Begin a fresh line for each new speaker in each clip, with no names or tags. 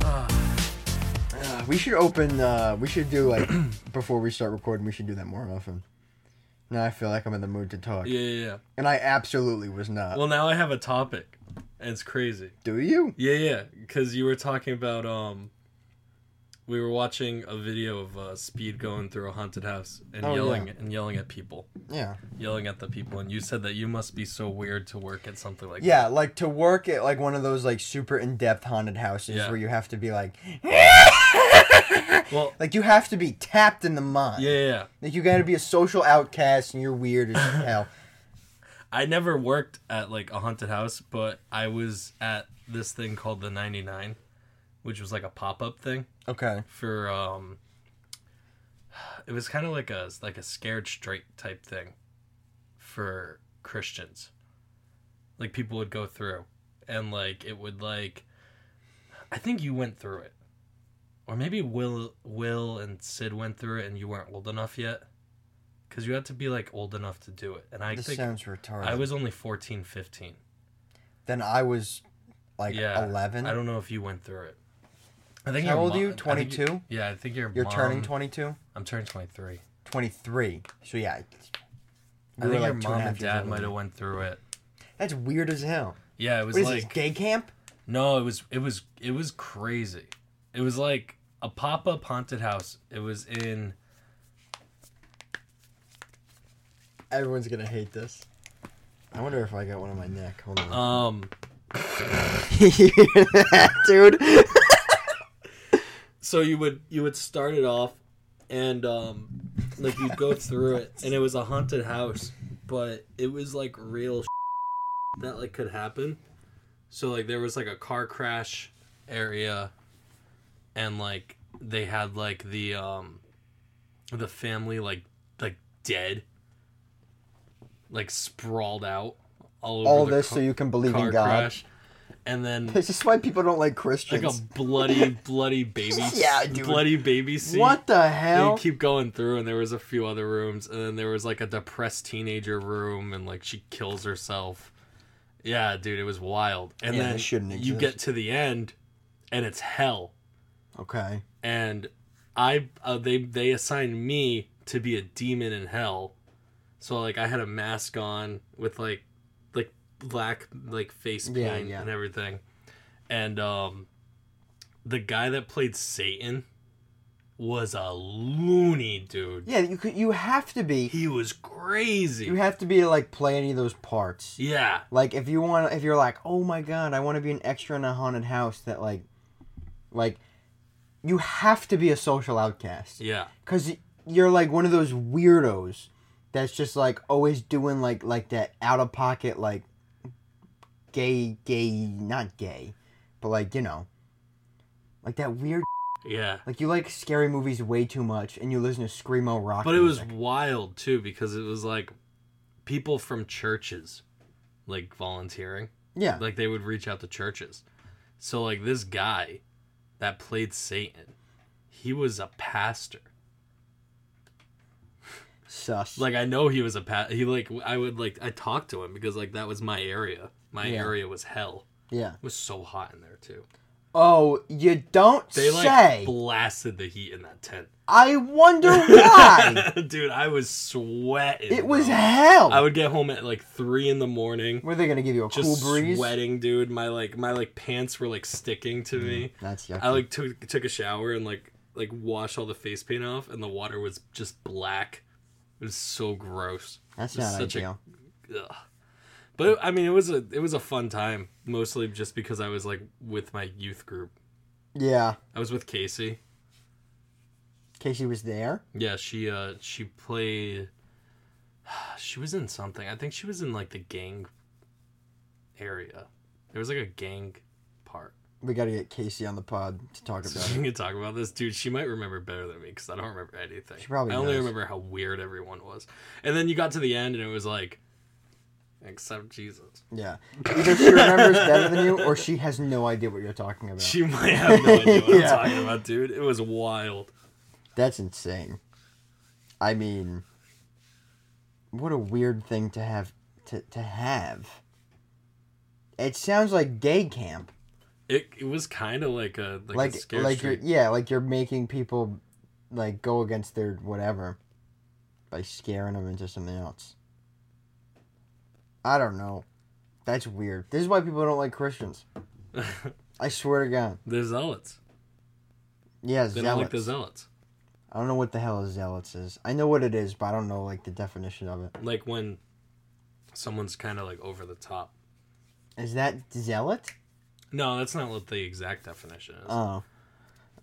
Uh, open. Uh, we should do like before we start recording. We should do that more often. Now I feel like I'm in the mood to talk,
Yeah, yeah, yeah.
and I absolutely was not.
Well, now I have a topic, and it's crazy.
do you?
Yeah, yeah, because you were talking about um, we were watching a video of uh, Speed going through a haunted house and
Oh,
yelling and yelling at people,
Yeah.
yelling at the people, and you said that you must be so weird to work at something like
Yeah, like to work at like one of those like super in depth haunted houses
Yeah.
where you have to be like,
that. Well,
like you have to be tapped in the mind.
yeah, yeah, yeah.
Like you got to be a social outcast and you're weird as hell.
I never worked at like a haunted house, but I was at this thing called the 99, which was like a pop up thing.
Okay.
for um it was kind of like a like a scared straight type thing for christians like people would go through and like it would like i think you went through it or maybe will will and sid went through it and you weren't old enough yet because you had to be like old enough to do it and i
this
think
sounds retarded.
i was only 14 15
then I was like
yeah
11.
i don't know if you went through it i think
How
your
old are
mo-
you?
I think
22?
yeah i think your
You're turning
mom-
22?
i'm turning 23
23. So yeah. we
I think
were,
your
like, two
mom
and a half
and
years
dad
old.
might have went through it.
That's weird as hell.
Yeah, it was
What is
like
this, gay camp?
no, it was it was it was crazy. It was like a pop up haunted house. It was in
Everyone's going to hate this. I wonder if I got one on my neck. Hold on.
um.
You hear that, dude?
So you would you would start it off, and um, like you'd go through it, and it was a haunted house, but it was like real that like could happen. So like there was like a car crash area, and like they had like the um, the family like like dead, like sprawled out all over
All
the
this
ca-
so you can believe
car
in God.
crash, and then
This is why people don't like
like
Christians.
a bloody bloody baby
Yeah, dude.
bloody baby scene.
what the
They
hell?
keep going through, and there was a few other rooms, and then there was like a depressed teenager room, and like she kills herself. Yeah, dude, it was wild. And
Yeah,
then
this shouldn't
you
exist.
get to the end, and it's hell.
okay.
And I, uh, they, they assigned me to be a demon in hell. So like, I had a mask on with like, like black like face paint
Yeah, yeah.
and everything, and um, the guy that played Satan was a loony dude.
Yeah, you could. You have to be.
He was
You
crazy.
have to be to, like play any of those parts.
Yeah.
Like if you want, if you're like, oh my god, I want to be an extra in a haunted house. That like, like, you have to be a social outcast
Yeah.
because you're like one of those weirdos that's just like always doing like like that out of pocket like gay gay not gay, but like you know, like that weird.
Yeah.
Like you like scary movies way too much, and you listen to screamo rock.
But it was
music.
wild too because it was like people from churches like volunteering.
yeah,
Like they would reach out to churches. So like this guy that played Satan, he was a pastor.
sus.
Like I know he was a pa- he like I would like I talked to him because like that was my area. My
Yeah.
area was hell.
yeah.
It was so hot in there too.
Oh, you don't
They like
say.
blasted the heat in that tent.
I wonder why.
Dude, I was sweating.
Oh it was
bro.
hell.
I would get home at like three in the morning,
Were they gonna give you a
just
cool breeze?
sweating, dude. My like my like pants were like sticking
Mm.
to me.
That's yucky.
I like took took a shower and like like washed all the face paint off, and the water was just black. It was so gross.
That's
It was
not
such a-
ideal.
Ugh. But I mean, it was a it was a fun time, mostly just because I was like with my youth group.
Yeah,
I was with Casey.
Casey was there.
Yeah, she uh she played. She was in something. I think she was in like the gang area. There was like a gang part.
We gotta get Casey on the pod to talk about it.
We can talk about this, dude. She might remember better than me because I don't remember anything.
She probably
I only
does.
remember how weird everyone was. And then you got to the end, and it was like, except Jesus.
Yeah, either she remembers better than you, or she has no idea what you're talking about.
She might have no idea what
Yeah.
I'm talking about, dude. It was wild.
That's insane. I mean, what a weird thing to have to, to have. It sounds like gay camp.
It, it was kind of like a
like
like, a
like,
scare
you're
streak.
yeah like you're making people like go against their whatever by scaring them into something else i don't know that's weird this is why people don't like christians i swear to god
They're zealots.
yeah
They don't like
zealots
the zealots.
i don't know what the hell a zealots is i know what it is but i don't know like the definition of it
Like when someone's kind of like over the top.
is that zealot
No, that's not what the exact definition is.
oh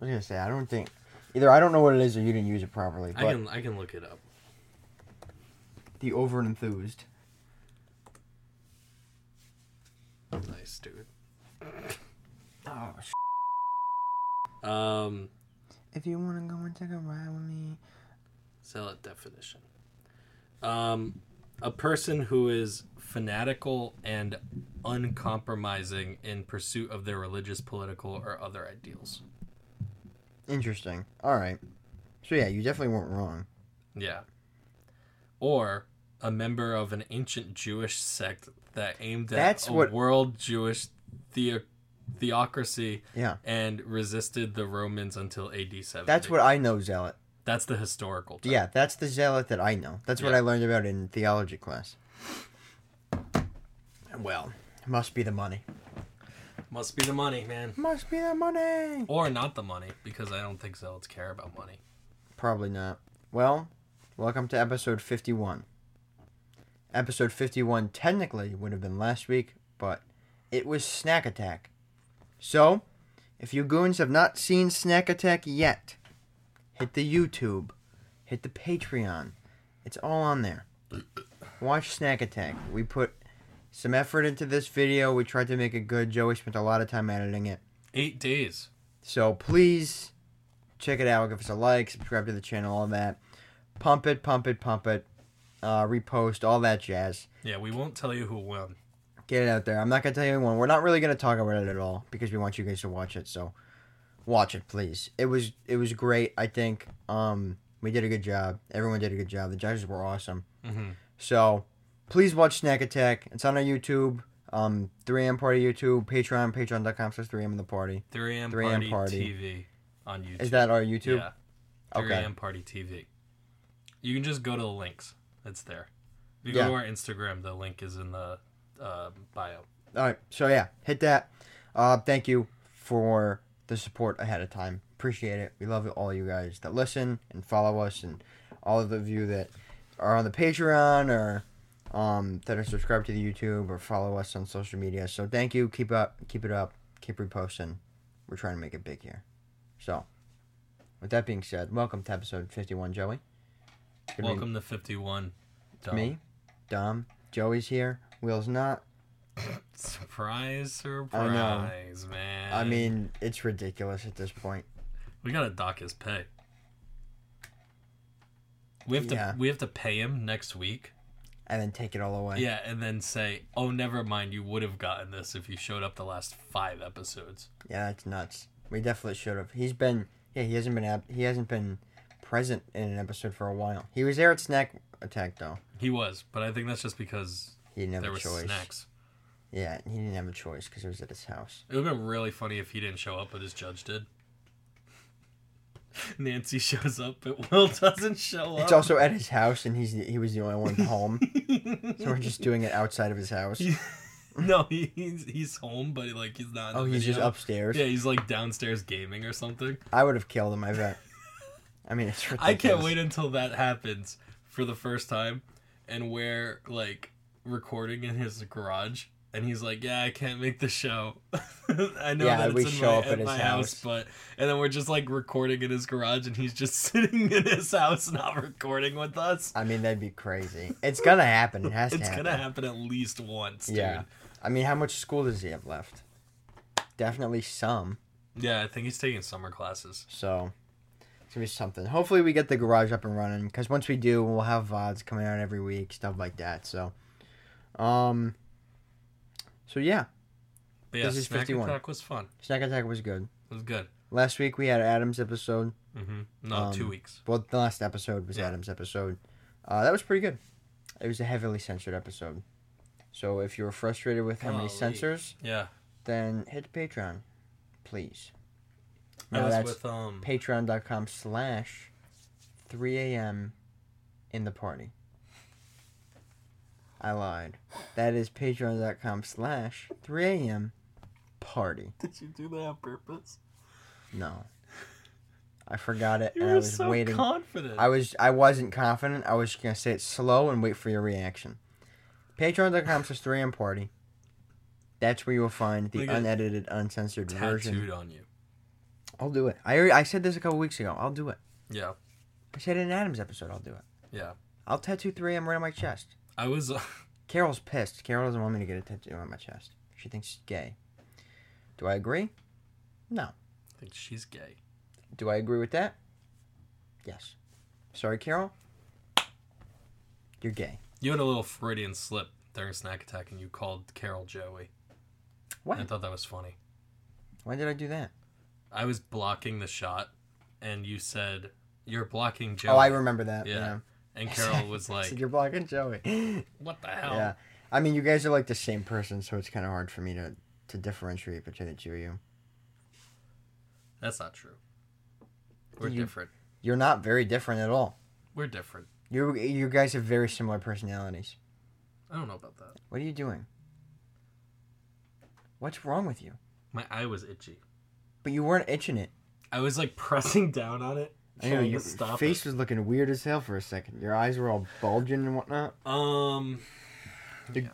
i was gonna say i don't think either i don't know what it is or you didn't use it properly
I
but
can I can look it up.
the over enthused
Nice dude.
oh
Um,
If you wanna go and take a ride with me,
zealot definition. Um, a person who is fanatical and uncompromising in pursuit of their religious, political, or other ideals.
interesting. All right. So yeah, you definitely weren't wrong.
Yeah. Or a member of an ancient Jewish sect that aimed at
That's
a
what-
world Jewish theo- theocracy
Yeah,
and resisted the Romans until AD 70.
that's what I know, zealot.
That's the historical term.
Yeah, that's the zealot that I know. That's what
Yeah.
I learned about in theology class. Well, must be the money.
Must be the money, man.
Must be the money.
Or not the money, because I don't think zealots care about money.
Probably not. Well, welcome to episode fifty-one. Episode fifty-one technically would have been last week, but it was Snack Attack. So, if you goons have not seen Snack Attack yet, hit the YouTube, hit the Patreon. It's all on there. Watch Snack Attack. We put some effort into this video. We tried to make it good. Joey spent a lot of time editing it.
Eight days.
So please check it out. Give us a like, subscribe to the channel, all that. Pump it, pump it, pump it. Uh, repost, all that jazz.
Yeah, we won't tell you who won.
Get it out there. I'm not going to tell you anyone. We're not really going to talk about it at all because we want you guys to watch it. So watch it, please. It was it was great, I think. Um, we did a good job. Everyone did a good job. The judges were awesome.
Mhm.
So please watch Snack Attack. It's on our YouTube. Um, 3am party YouTube, Patreon, patreon.com slash 3am in the party.
3 a.m.
3
Party,
a.m. party.
TV on YouTube.
Is that our YouTube?
Yeah.
Okay.
3 a.m. Party TV. You can just go to the links. It's there. If you
Yeah.
go to our Instagram, the link is in the uh, bio.
All right. So yeah, hit that. Uh, thank you for the support ahead of time. Appreciate it. We love all you guys that listen and follow us, and all of you that are on the Patreon or um, that are subscribed to the YouTube or follow us on social media. So thank you. Keep up. Keep it up. Keep reposting. We're trying to make it big here. So, with that being said, welcome to episode fifty-one, Joey. Good meeting
Welcome to 51. Dom.
Me, Dom. Joey's here. Will's not.
Surprise,
I know.
surprise, man.
I mean, it's ridiculous at this point.
we gotta dock his pay. We have
Yeah.
to we have to pay him next week.
and then take it all away.
Yeah, and then say, "Oh, never mind. You would have gotten this if you showed up the last five episodes."
Yeah, that's nuts. We definitely should have. He's been yeah, he hasn't been ab- he hasn't been present in an episode for a while. He was there at Snack Attack though.
He was, but I think that's just because
He didn't have
there
a
were
choice.
snacks.
Yeah, he didn't have a choice because it was at his house.
It would have been really funny if he didn't show up, but his judge did. Nancy shows up, but Will doesn't show up.
It's also at his house, and he's the, he was the only one home, so we're just doing it outside of his house.
no, he, he's he's home, but like he's not. in
Oh,
the
he's just
video.
upstairs.
Yeah, he's like downstairs gaming or something.
I would have killed him. I bet. I mean, it's ridiculous.
I can't wait until that happens for the first time, and we're like recording in his garage, and he's like, "Yeah, I can't make the show. I know
Yeah,
that it's
we
in
show
my,
up at his
my
house.
but and then we're just like recording in his garage, and he's just sitting in his house, not recording with us.
I mean, that'd be crazy. It's gonna happen. It has to
It's
happen.
gonna happen at least once, dude.
Yeah. I mean, how much school does he have left? Definitely some.
Yeah, I think he's taking summer classes.
So it's gonna be something. Hopefully, we get the garage up and running because once we do, we'll have vods coming out every week, stuff like that. So, um, so yeah,
But yeah,
This is
Snack
51.
Attack was fun.
Snack Attack was good.
It was good.
Last week we had Adam's episode.
hmm No,
Um,
two weeks.
Well, the last episode was
Yeah.
Adam's episode. Uh, that was pretty good. It was a heavily censored episode. So if you were frustrated with how many
Golly.
censors,
Yeah.
then hit the Patreon. please.
I
No,
was
that's-
with um
Patreon.com slash 3 a.m. in the party. I lied. That is patreon.com slash 3 a.m. party.
Did you do that on purpose?
No. I forgot it
You
and I
were
was
so
waiting.
confident.
I was I wasn't confident. I was just gonna say it slow and wait for your reaction. Patreon.com slash 3 a.m. party. That's where you will find the
Look at-
unedited, uncensored version.
tattooed on you.
I'll do it. I already, I said this a couple weeks ago. I'll do it.
Yeah,
I said it in Adam's episode. I'll do it.
yeah.
I'll tattoo 3M right on my chest.
I was. Uh,
Carol's pissed. Carol doesn't want me to get a tattoo on my chest. She thinks she's gay. Do I agree? No.
I think she's gay.
Do I agree with that? Yes. Sorry, Carol. You're gay.
You had a little Freudian slip during Snack Attack, and you called Carol Joey.
What?
I thought that was funny.
Why did I do that?
I was blocking the shot, and you said you're blocking Joey.
Oh, I remember that.
Yeah.
Yeah.
And Carol was
I
like,
said, You're blocking Joey.
"What the hell?"
yeah. I mean, you guys are like the same person, so it's kind of hard for me to, to differentiate between the two of you.
That's not true. We're
You-
different.
You're not very different at all.
We're different.
You you guys have very similar personalities.
I don't know about that.
What are you doing? What's wrong with you?
My eye was itchy.
But you weren't itching it.
I was like pressing down on it,
I
trying
know your
to stop
face
it.
was looking weird as hell for a second. Your eyes were all bulging and whatnot.
Um,
The-
yeah.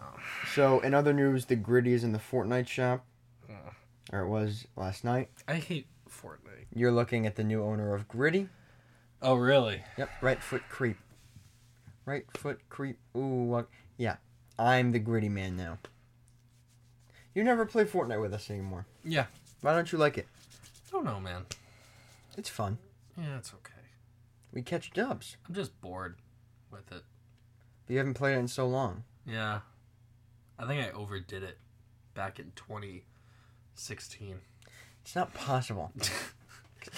So, in other news, the gritty is in the Fortnite shop,
Ugh.
or it was last night.
I hate Fortnite.
You're looking at the new owner of Gritty.
Oh really?
Yep, right foot creep. Right foot creep. Ooh, what? yeah. I'm the Gritty man now. You never play Fortnite with us anymore.
Yeah.
Why don't you like it?
Don't know, man.
It's fun.
Yeah, it's okay.
We catch dubs.
I'm just bored with it.
But you haven't played it in so long.
Yeah. I think I overdid it back in 2016.
It's not possible.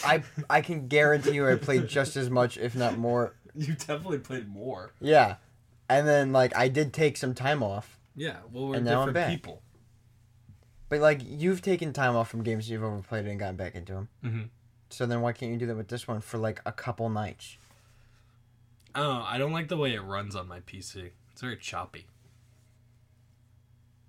I I can guarantee you I played just as much, if not more.
You definitely played more.
Yeah. And then like I did take some time off.
Yeah, well, we're
And now I'm
different
back.
people.
But like you've taken time off from games you've overplayed and gotten back into them.
Mhm.
So then why can't you do that with this one for like a couple nights?
Oh, I don't like the way it runs on my PC. It's very choppy.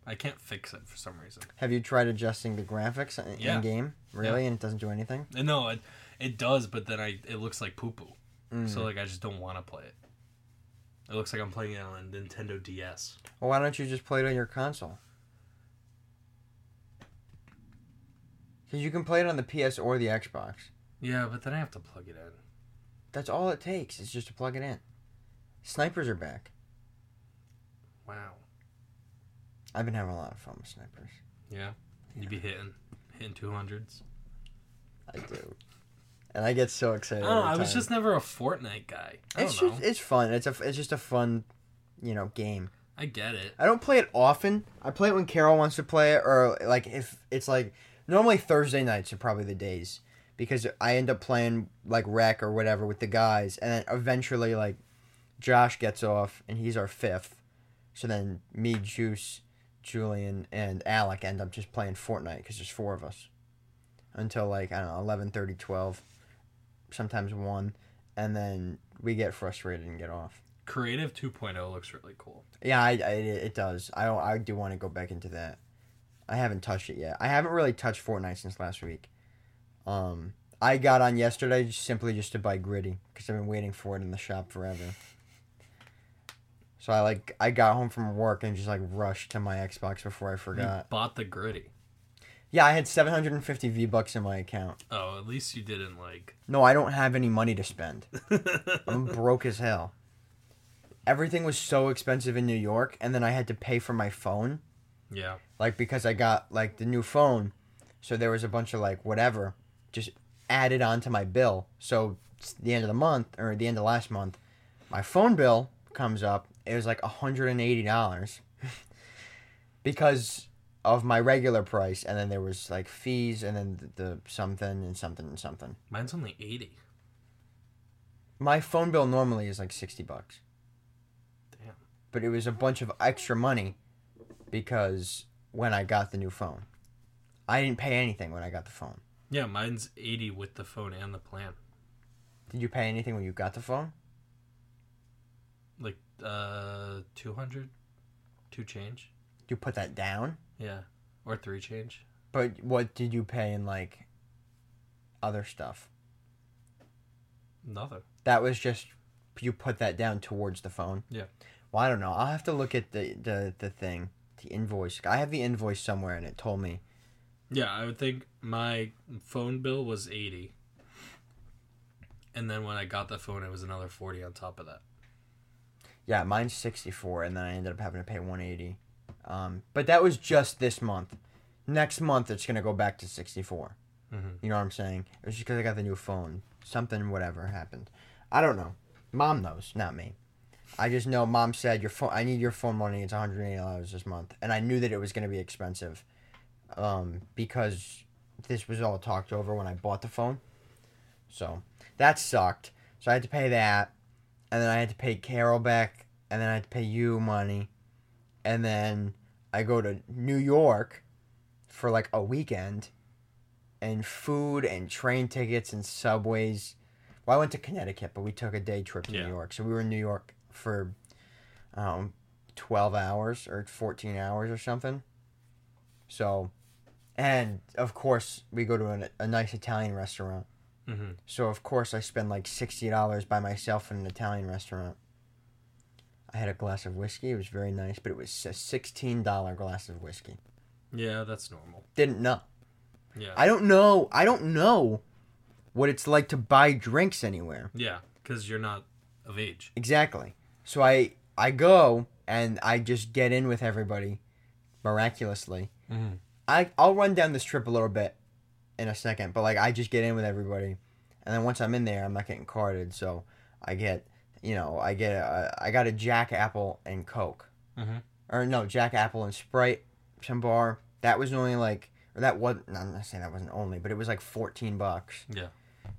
I can't fix it for some reason.
Have you tried adjusting the graphics in
Yeah.
game? Really? And it doesn't do anything?
And no, it it does, but then I it looks like poo poo.
Mm.
So like I just don't want to play it. It looks like I'm playing it on a Nintendo DS.
Well, why don't you just play it on your console? Because you can play it on the PS or the Xbox.
Yeah, but then I have to plug it in.
That's all it takes is just to plug it in. Snipers are back.
Wow.
I've been having a lot of fun with snipers.
Yeah. You'd be hitting hitting 200s.
I do, and I get so excited.
Oh,
every
I was
time.
just never a Fortnite guy. I don't
It's
know.
just it's fun. It's a it's just a fun, you know, game.
I get it.
I don't play it often. I play it when Carol wants to play it, or like if it's like normally Thursday nights are probably the days because I end up playing like rec or whatever with the guys, and then eventually like Josh gets off and he's our fifth, so then me, Juice, Julian, and Alec end up just playing Fortnite because there's four of us until like I don't know 11, 12, sometimes one, and then we get frustrated and get off.
Creative 2.0 looks really cool.
Yeah, I, I, it it does. I I do want to go back into that. I haven't touched it yet. I haven't really touched Fortnite since last week. Um, I got on yesterday just simply just to buy Gritty because I've been waiting for it in the shop forever. So I like I got home from work and just like rushed to my Xbox before I
You
forgot.
bought the gritty.
Yeah, I had 750 V bucks in my account.
Oh, at least you didn't like.
No, I don't have any money to spend. I'm broke as hell. Everything was so expensive in New York, and then I had to pay for my phone.
yeah.
like because I got like the new phone, so there was a bunch of like whatever just added onto my bill. So it's the end of the month or the end of last month, my phone bill comes up. It was like hundred and eighty dollars because of my regular price, and then there was like fees, and then the, the something and something and something.
Mine's only 80.
My phone bill normally is like sixty bucks.
Damn.
but it was a bunch of extra money because when I got the new phone. I didn't pay anything when I got the phone.
Yeah, mine's 80 with the phone and the plan.
Did you pay anything when you got the phone?
Like uh 200 two change.
You put that down.
Yeah. Or three change.
But what did you pay in like other stuff?
Nothing.
That was just you put that down towards the phone.
Yeah.
Well, I don't know. I'll have to look at the the, the thing, the invoice. I have the invoice somewhere, and it told me.
Yeah, I would think my phone bill was 80. And then when I got the phone it was another 40 on top of that.
Yeah, mine's sixty four, and then I ended up having to pay one eighty. Um, but that was just this month. Next month, it's gonna go back to sixty four.
Mhm.
You know what I'm saying? It was just because I got the new phone. Something, whatever happened. I don't know. Mom knows, not me. I just know mom said your phone. I need your phone money. It's 180 dollars this month, and I knew that it was going to be expensive, um, because this was all talked over when I bought the phone. So that sucked. So I had to pay that, and then I had to pay Carol back, and then I had to pay you money, and then I go to New York for like a weekend, and food and train tickets and subways. Well, I went to Connecticut, but we took a day trip to
Yeah.
New York. So we were in New York for um, 12 hours or 14 hours or something. So, and of course, we go to an, a nice Italian restaurant.
Mhm.
So, of course, I spend like $60 by myself in an Italian restaurant. I had a glass of whiskey. It was very nice, but it was a $16 glass of whiskey.
Yeah, that's normal.
Didn't know.
Yeah.
I don't know. I don't know what it's like to buy drinks anywhere.
yeah, cuz you're not of age.
Exactly. So I I go and I just get in with everybody miraculously.
Mhm.
I I'll run down this trip a little bit in a second, but like I just get in with everybody, and then once I'm in there, I'm not getting carded, so I get you know I get a, I got a Jack Apple and Coke,
Mhm.
or no Jack Apple and Sprite, some bar that was only like or that was no, I'm not saying that wasn't only, but it was like fourteen bucks.
Yeah.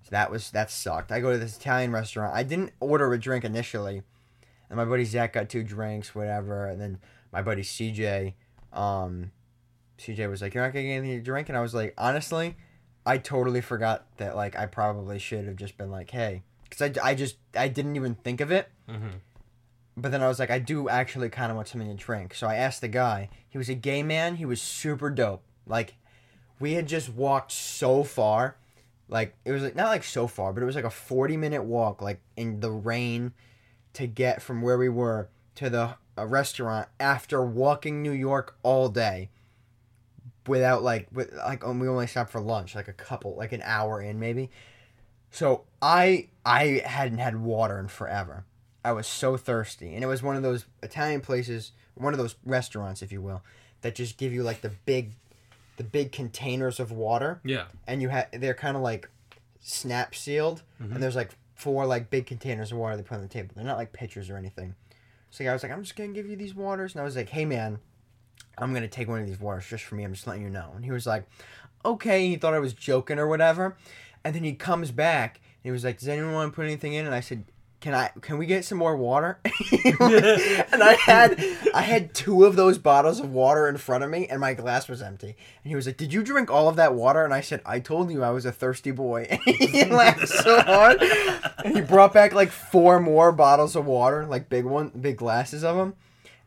So that was that sucked. I go to this Italian restaurant. I didn't order a drink initially, and my buddy Zach got two drinks, whatever. And then my buddy CJ, um, CJ was like, "You're not getting anything to drink," and I was like, "Honestly, I totally forgot that. Like, I probably should have just been like, hey, because I, I just I didn't even think of it."
Mhm.
But then I was like, I do actually kind of want something to drink. So I asked the guy. He was a gay man. He was super dope. Like, we had just walked so far. Like, it was like, not like so far, but it was like a 40 minute walk, like in the rain, to get from where we were to the a restaurant after walking New York all day without, like, with, like, um, we only stopped for lunch, like a couple, like an hour in maybe. So I, I hadn't had water in forever. I was so thirsty, and it was one of those Italian places, one of those restaurants, if you will, that just give you like the big, the big containers of water,
Yeah.
and you have they're kind of like snap sealed, and there's like four like big containers of water they put on the table. They're not like pitchers or anything. So yeah, I was like, I'm just gonna give you these waters, and I was like, Hey man, I'm gonna take one of these waters just for me. I'm just letting you know. And he was like, Okay. He thought I was joking or whatever, and then he comes back and he was like, Does anyone want to put anything in? And I said. Can I? Can we get some more water? and I had, I had two of those bottles of water in front of me, and my glass was empty. And he was like, "Did you drink all of that water?" And I said, "I told you I was a thirsty boy." And he laughed so hard, and he brought back like four more bottles of water, like big one, big glasses of them.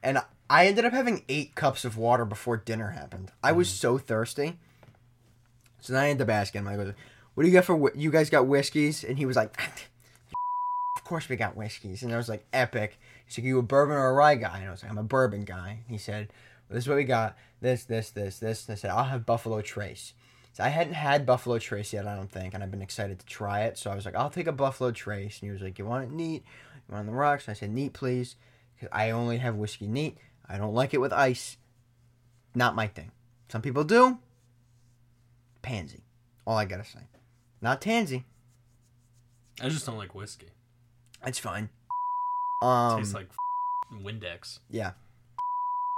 And I ended up having eight cups of water before dinner happened. I was so thirsty. So then I end up asking him, I go, "What do you got for? whi- You guys got whiskeys?" And he was like, "Of course we got whiskeys." And I was like, "Epic." He's like, "You a bourbon or a rye guy?" And I was like, "I'm a bourbon guy." He said, well, "This is what we got. This, this, this, this." And I said, "I'll have Buffalo Trace." So I hadn't had Buffalo Trace yet, I don't think, and I've been excited to try it. So I was like, "I'll take a Buffalo Trace." And he was like, "You want it neat? You want it on the rocks?" And I said, "Neat, please." 'Cause I only have whiskey neat. I don't like it with ice. Not my thing. Some people do. Pansy. All I gotta say. Not tansy.
I just don't like whiskey.
That's fine. Um.
Tastes like Windex.
Yeah.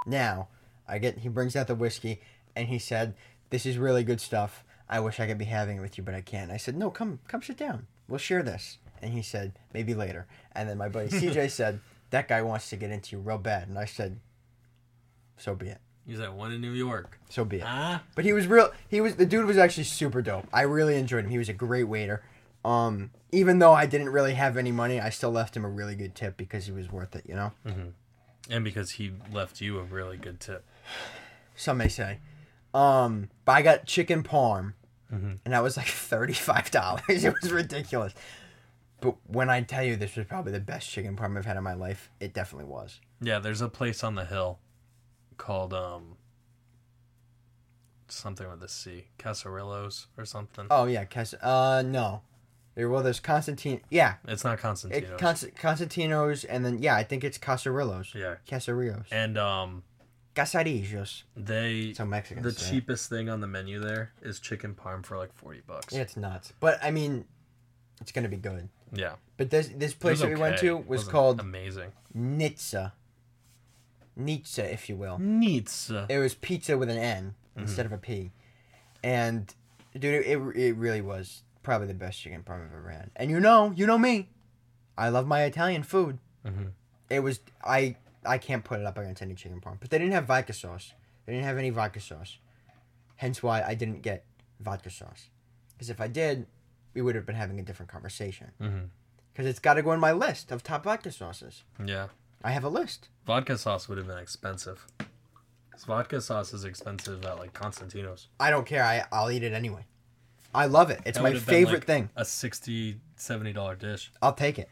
Now, I get he brings out the whiskey and he said, "This is really good stuff. I wish I could be having it with you, but I can't." I said, "No, come come sit down. We'll share this." And he said, "Maybe later." And then my buddy CJ said, "That guy wants to get into you real bad." And I said, "So be it."
He's at one in New York.
So be it.
Ah,
But he was real. He was the dude was actually super dope. I really enjoyed him. He was a great waiter. Um, even though I didn't really have any money, I still left him a really good tip because he was worth it. You know,
and because he left you a really good tip.
some may say. Um, but I got chicken parm,
Mm-hmm.
and that was like thirty five dollars. it was ridiculous. But when I tell you this was probably the best chicken parm I've had in my life, it definitely was.
Yeah, there's a place on the hill called um something with a C, Casarillos or something.
Oh yeah, Cas- uh no, there well there's Constantine. Yeah,
It's not
it,
Constantino's.
Const- Constantino's, and then yeah, I think it's Casarillos.
yeah,
Casarillos.
and um
Casarillos.
they
So Mexicans.
the
say.
cheapest thing on the menu there is chicken parm for like forty bucks.
Yeah, It's nuts, but I mean, it's gonna be good.
yeah.
But this this
It was
place that we went
okay.
to
It
was
wasn't
called
amazing.
Nitsa. Nitsa, if you will.
Neats.
It was pizza with an N instead of a P, and dude, it, it it really was probably the best chicken parm I've ever had. And you know, you know me, I love my Italian food.
Mhm.
It was I I can't put it up against any chicken parm, but they didn't have vodka sauce. They didn't have any vodka sauce, hence why I didn't get vodka sauce. Because if I did, we would have been having a different conversation.
Mhm.
Because it's got to go in my list of top vodka sauces.
Yeah.
I have a list.
Vodka sauce would have been expensive. 'Cause vodka sauce is expensive at like Constantino's.
I don't care. I I'll eat it anyway. I love it. It's
That
my
would have been,
favorite
like,
thing.
A 60 70 dollar dish.
I'll take it.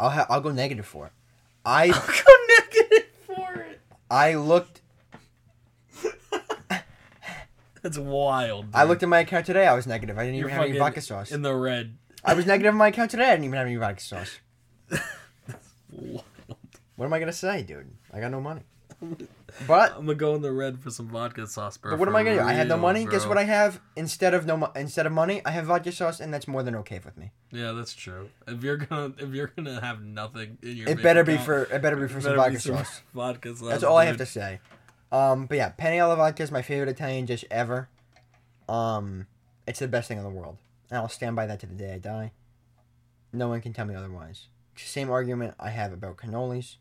I'll ha- I'll go negative for it. I
Go negative for it.
I looked
That's wild.
I
dude.
looked at my account today. I was negative. I didn't even have any
fucking
vodka sauce.
in the red.
I was negative in my account today. I didn't even have any vodka sauce.
Wild.
What am I gonna say, dude? I got no money. But
I'm gonna go in the red for some vodka sauce, bro.
but what am I gonna do? I had no
real,
money. Guess
bro.
what I have instead of no mo- instead of money? I have vodka sauce, and that's more than okay with me.
Yeah, that's true. If you're gonna if you're gonna have nothing in your
It
bank
better be
account,
for it better be for
it
some
better
vodka
be some
sauce.
Vodka sauce.
That's all I have to
dude.
say. Um, but yeah, penne alla vodka is my favorite Italian dish ever. Um, it's the best thing in the world, and I'll stand by that to the day I die. No one can tell me otherwise. Same argument I have about cannolis.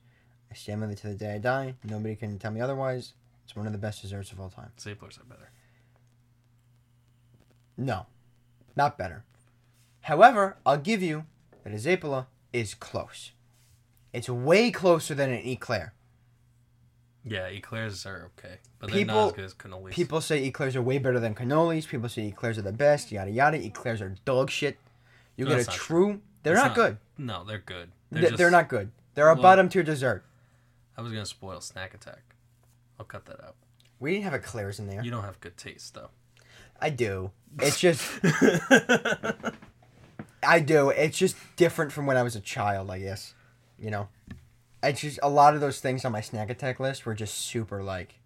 I stand by that to the day I die. Nobody can tell me otherwise. It's one of the best desserts of all time.
Staplers are better.
No, not better. However, I'll give you that a zeppola is close. It's way closer than an eclair.
Yeah, eclairs are okay, but they're
People-
not as good as cannolis.
People say eclairs are way better than cannolis. People say eclairs are the best. Yada yada. Eclairs are dog shit. You
No,
get a
that's not
true. They're
It's
not, good.
No, they're good.
They're,
They're, just,
they're not good. They're a
Well-
bottom tier dessert.
I was gonna spoil snack attack. I'll cut that out.
We didn't have eclairs in there.
You don't have good taste though.
I do. It's just
Mm-hmm.
I do. It's just different from when I was a child. I guess. You know. It's just a lot of those things on my snack attack list were just super like,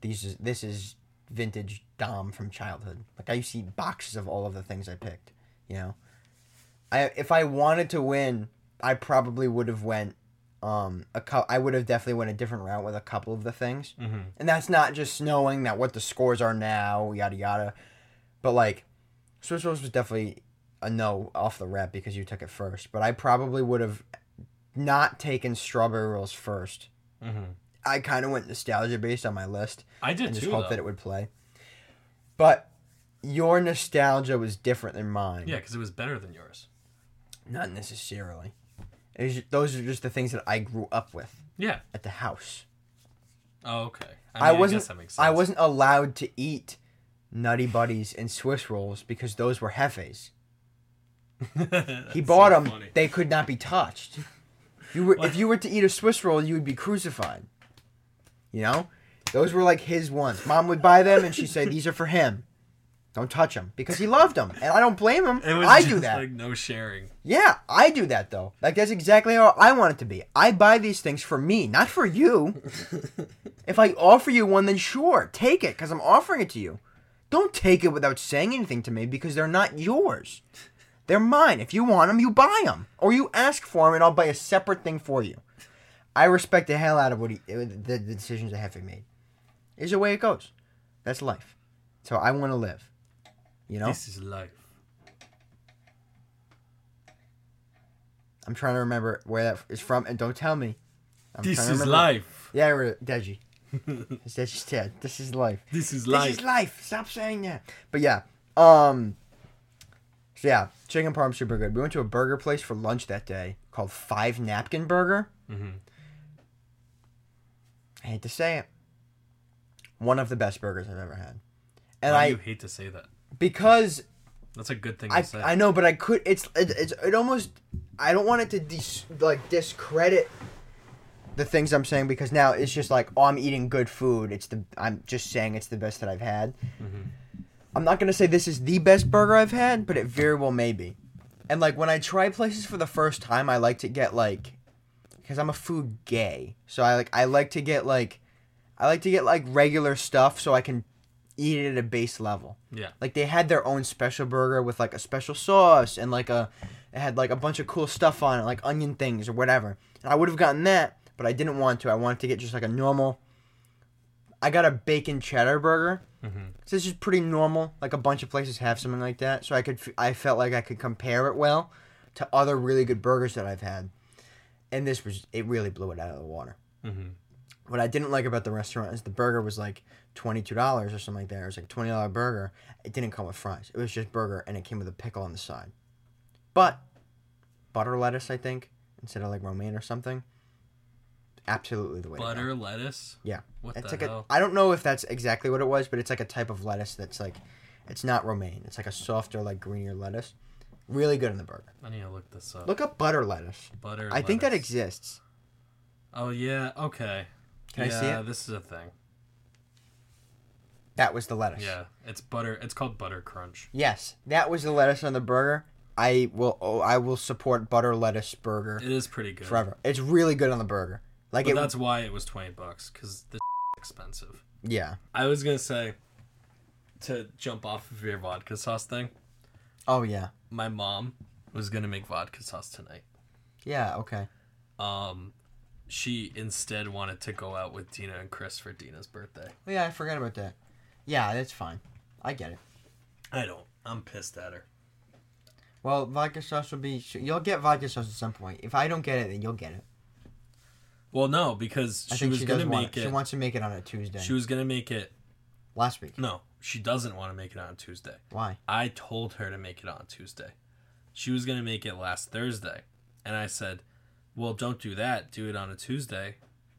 these is this is vintage Dom from childhood. Like I used to eat boxes of all of the things I picked. You know. I if I wanted to win, I probably would have went um a cou- I would have definitely went a different route with a couple of the things.
Mhm.
And that's not just knowing that what the scores are now, yada yada. But like Swiss Rolls was definitely a no off the rep because you took it first, but I probably would have not taken strawberry rolls first.
Mm-hmm.
I kind of went nostalgia based on my list
I did
and just
too.
hoped
though.
that it would play. But your nostalgia was different than mine.
Yeah, because it was better than yours.
Not necessarily. It was ju- those are just the things that I grew up with
Yeah.
at the house.
Oh, okay.
I,
mean,
wasn't.
guess that makes sense.
I wasn't allowed to eat Nutty Buddies and Swiss rolls because those were hefes. He bought them. They could not be touched. You were if you were to eat a Swiss roll, you would be crucified. You know, those were like his ones. Mom would buy them, and she'd say, "These are for him. Don't touch them," because he loved them, and I don't blame him.
It was
I
just
do that.
Like no sharing.
Yeah, I do that though. Like that's exactly how I want it to be. I buy these things for me, not for you. if I offer you one, then sure, take it because I'm offering it to you. Don't take it without saying anything to me because they're not yours. They're mine. If you want them, you buy them, or you ask for them, and I'll buy a separate thing for you. I respect the hell out of what he, the, the decisions that Hefe made. Is the way it goes. That's life. So I want to live. You know,
This is life.
I'm trying to remember where that is from, and don't tell me. I'm
This
trying to
is
remember.
life.
Yeah, I re- Deji. That's just it. This is life.
This is life.
This is life. Stop saying that. But yeah. Um. So yeah, chicken parm super good. We went to a burger place for lunch that day called Five Napkin Burger.
Mhm.
I hate to say it. One of the best burgers I've ever had, and
Why
I
do you hate to say that?
because
That's a good thing to
I,
say.
I know, but I could. It's it, it's it almost. I don't want it to dis, like discredit the things I'm saying because now it's just like oh I'm eating good food. It's the I'm just saying it's the best that I've had. I'm not gonna say this is the best burger I've had, but it very well may be. And like when I try places for the first time, I like to get like because I'm a food gay, so I like I like to get like I like to get like regular stuff so I can eat it at a base level
yeah.
like they had their own special burger with like a special sauce and like a it had like a bunch of cool stuff on it like onion things or whatever and i would have gotten that but i didn't want to i wanted to get just like a normal i got a bacon cheddar burger so it's just pretty normal like a bunch of places have something like that so i could f- i felt like i could compare it well to other really good burgers that i've had and this was it really blew it out of the water
Mm-hmm.
what I didn't like about the restaurant is the burger was like twenty two dollars or something like that. It was like twenty dollar burger. It didn't come with fries. It was just burger and it came with a pickle on the side. But butter lettuce, I think, instead of like romaine or something. Absolutely the way to go.
Butter, lettuce.
Yeah.
What
It's
the
like a,
hell?
I don't know if that's exactly what it was, but it's like a type of lettuce that's like it's not romaine. It's like a softer, like greenier lettuce. Really good in the burger.
I need to look this up.
Look up butter lettuce.
Butter.
I think that
lettuce.
exists.
Oh yeah. Okay.
Can I
yeah,
see it?
this is a thing.
That was the lettuce.
Yeah, it's butter. It's called butter crunch.
Yes, that was the lettuce on the burger. I will. Oh, I will support butter lettuce burger
It is pretty good.
forever. It's really good on the burger. Like
But
it.
that's why it was twenty bucks because this is expensive.
yeah.
I was gonna say to jump off of your vodka sauce thing.
Oh yeah.
My mom was gonna make vodka sauce tonight.
Yeah. Okay.
Um, she instead wanted to go out with Dina and Chris for Dina's birthday.
Well, yeah, I forgot about that. Yeah, that's fine. I get it.
I don't. I'm pissed at her.
Well, vodka sauce will be. You'll get vodka sauce at some point. If I don't get it, then you'll get it.
Well, no, because
I
she
think
was
she does
gonna
want
make
it.
it.
She wants to make it on a Tuesday.
she was gonna make it.
Last week.
No, she doesn't want to make it on Tuesday.
Why?
I told her to make it on Tuesday. She was going to make it last Thursday. And I said, Well, don't do that. Do it on a Tuesday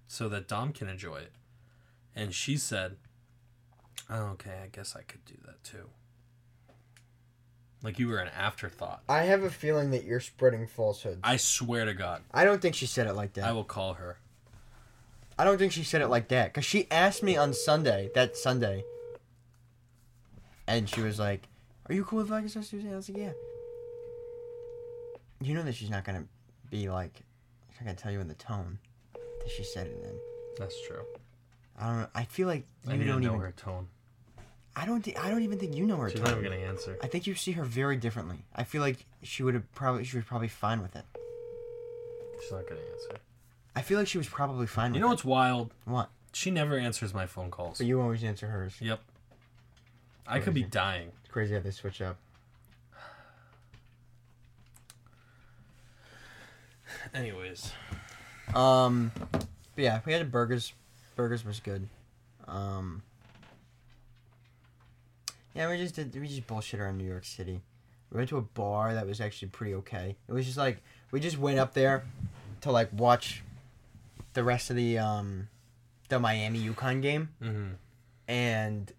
so that Dom can enjoy it. And she said, oh, Okay, I guess I could do that too. Like you were an afterthought.
I have a feeling that you're spreading falsehoods.
I swear to God,
I don't think she said it like that.
I will call her.
I don't think she said it like that because she asked me on Sunday, that Sunday, and she was like, "Are you cool with vodka sauce Tuesday?" I was like, "Yeah." You know that she's not gonna be like, she's not gonna tell you in the tone that she said it in.
That's true.
I don't. know. I feel like
I
you
need
don't
to know
even.
her tone.
I don't. Thi- I don't even think you know her
She's
tone.
not even going to answer.
I think you see her very differently. I feel like she would have probably. She was probably fine with it.
She's not going to answer.
I feel like she was probably fine
You
with
know
it.
what's wild?
What?
She never answers my phone calls.
But you always answer hers.
Yep. I could be dying.
It's crazy how they switch up.
Anyways.
Um, but yeah, we had burgers. Burgers was good. Um, yeah, we just did. We just bullshit around New York City. We went to a bar that was actually pretty okay. It was just like we just went up there to like watch the rest of the um the Miami Yukon game,
Mm-hmm.
and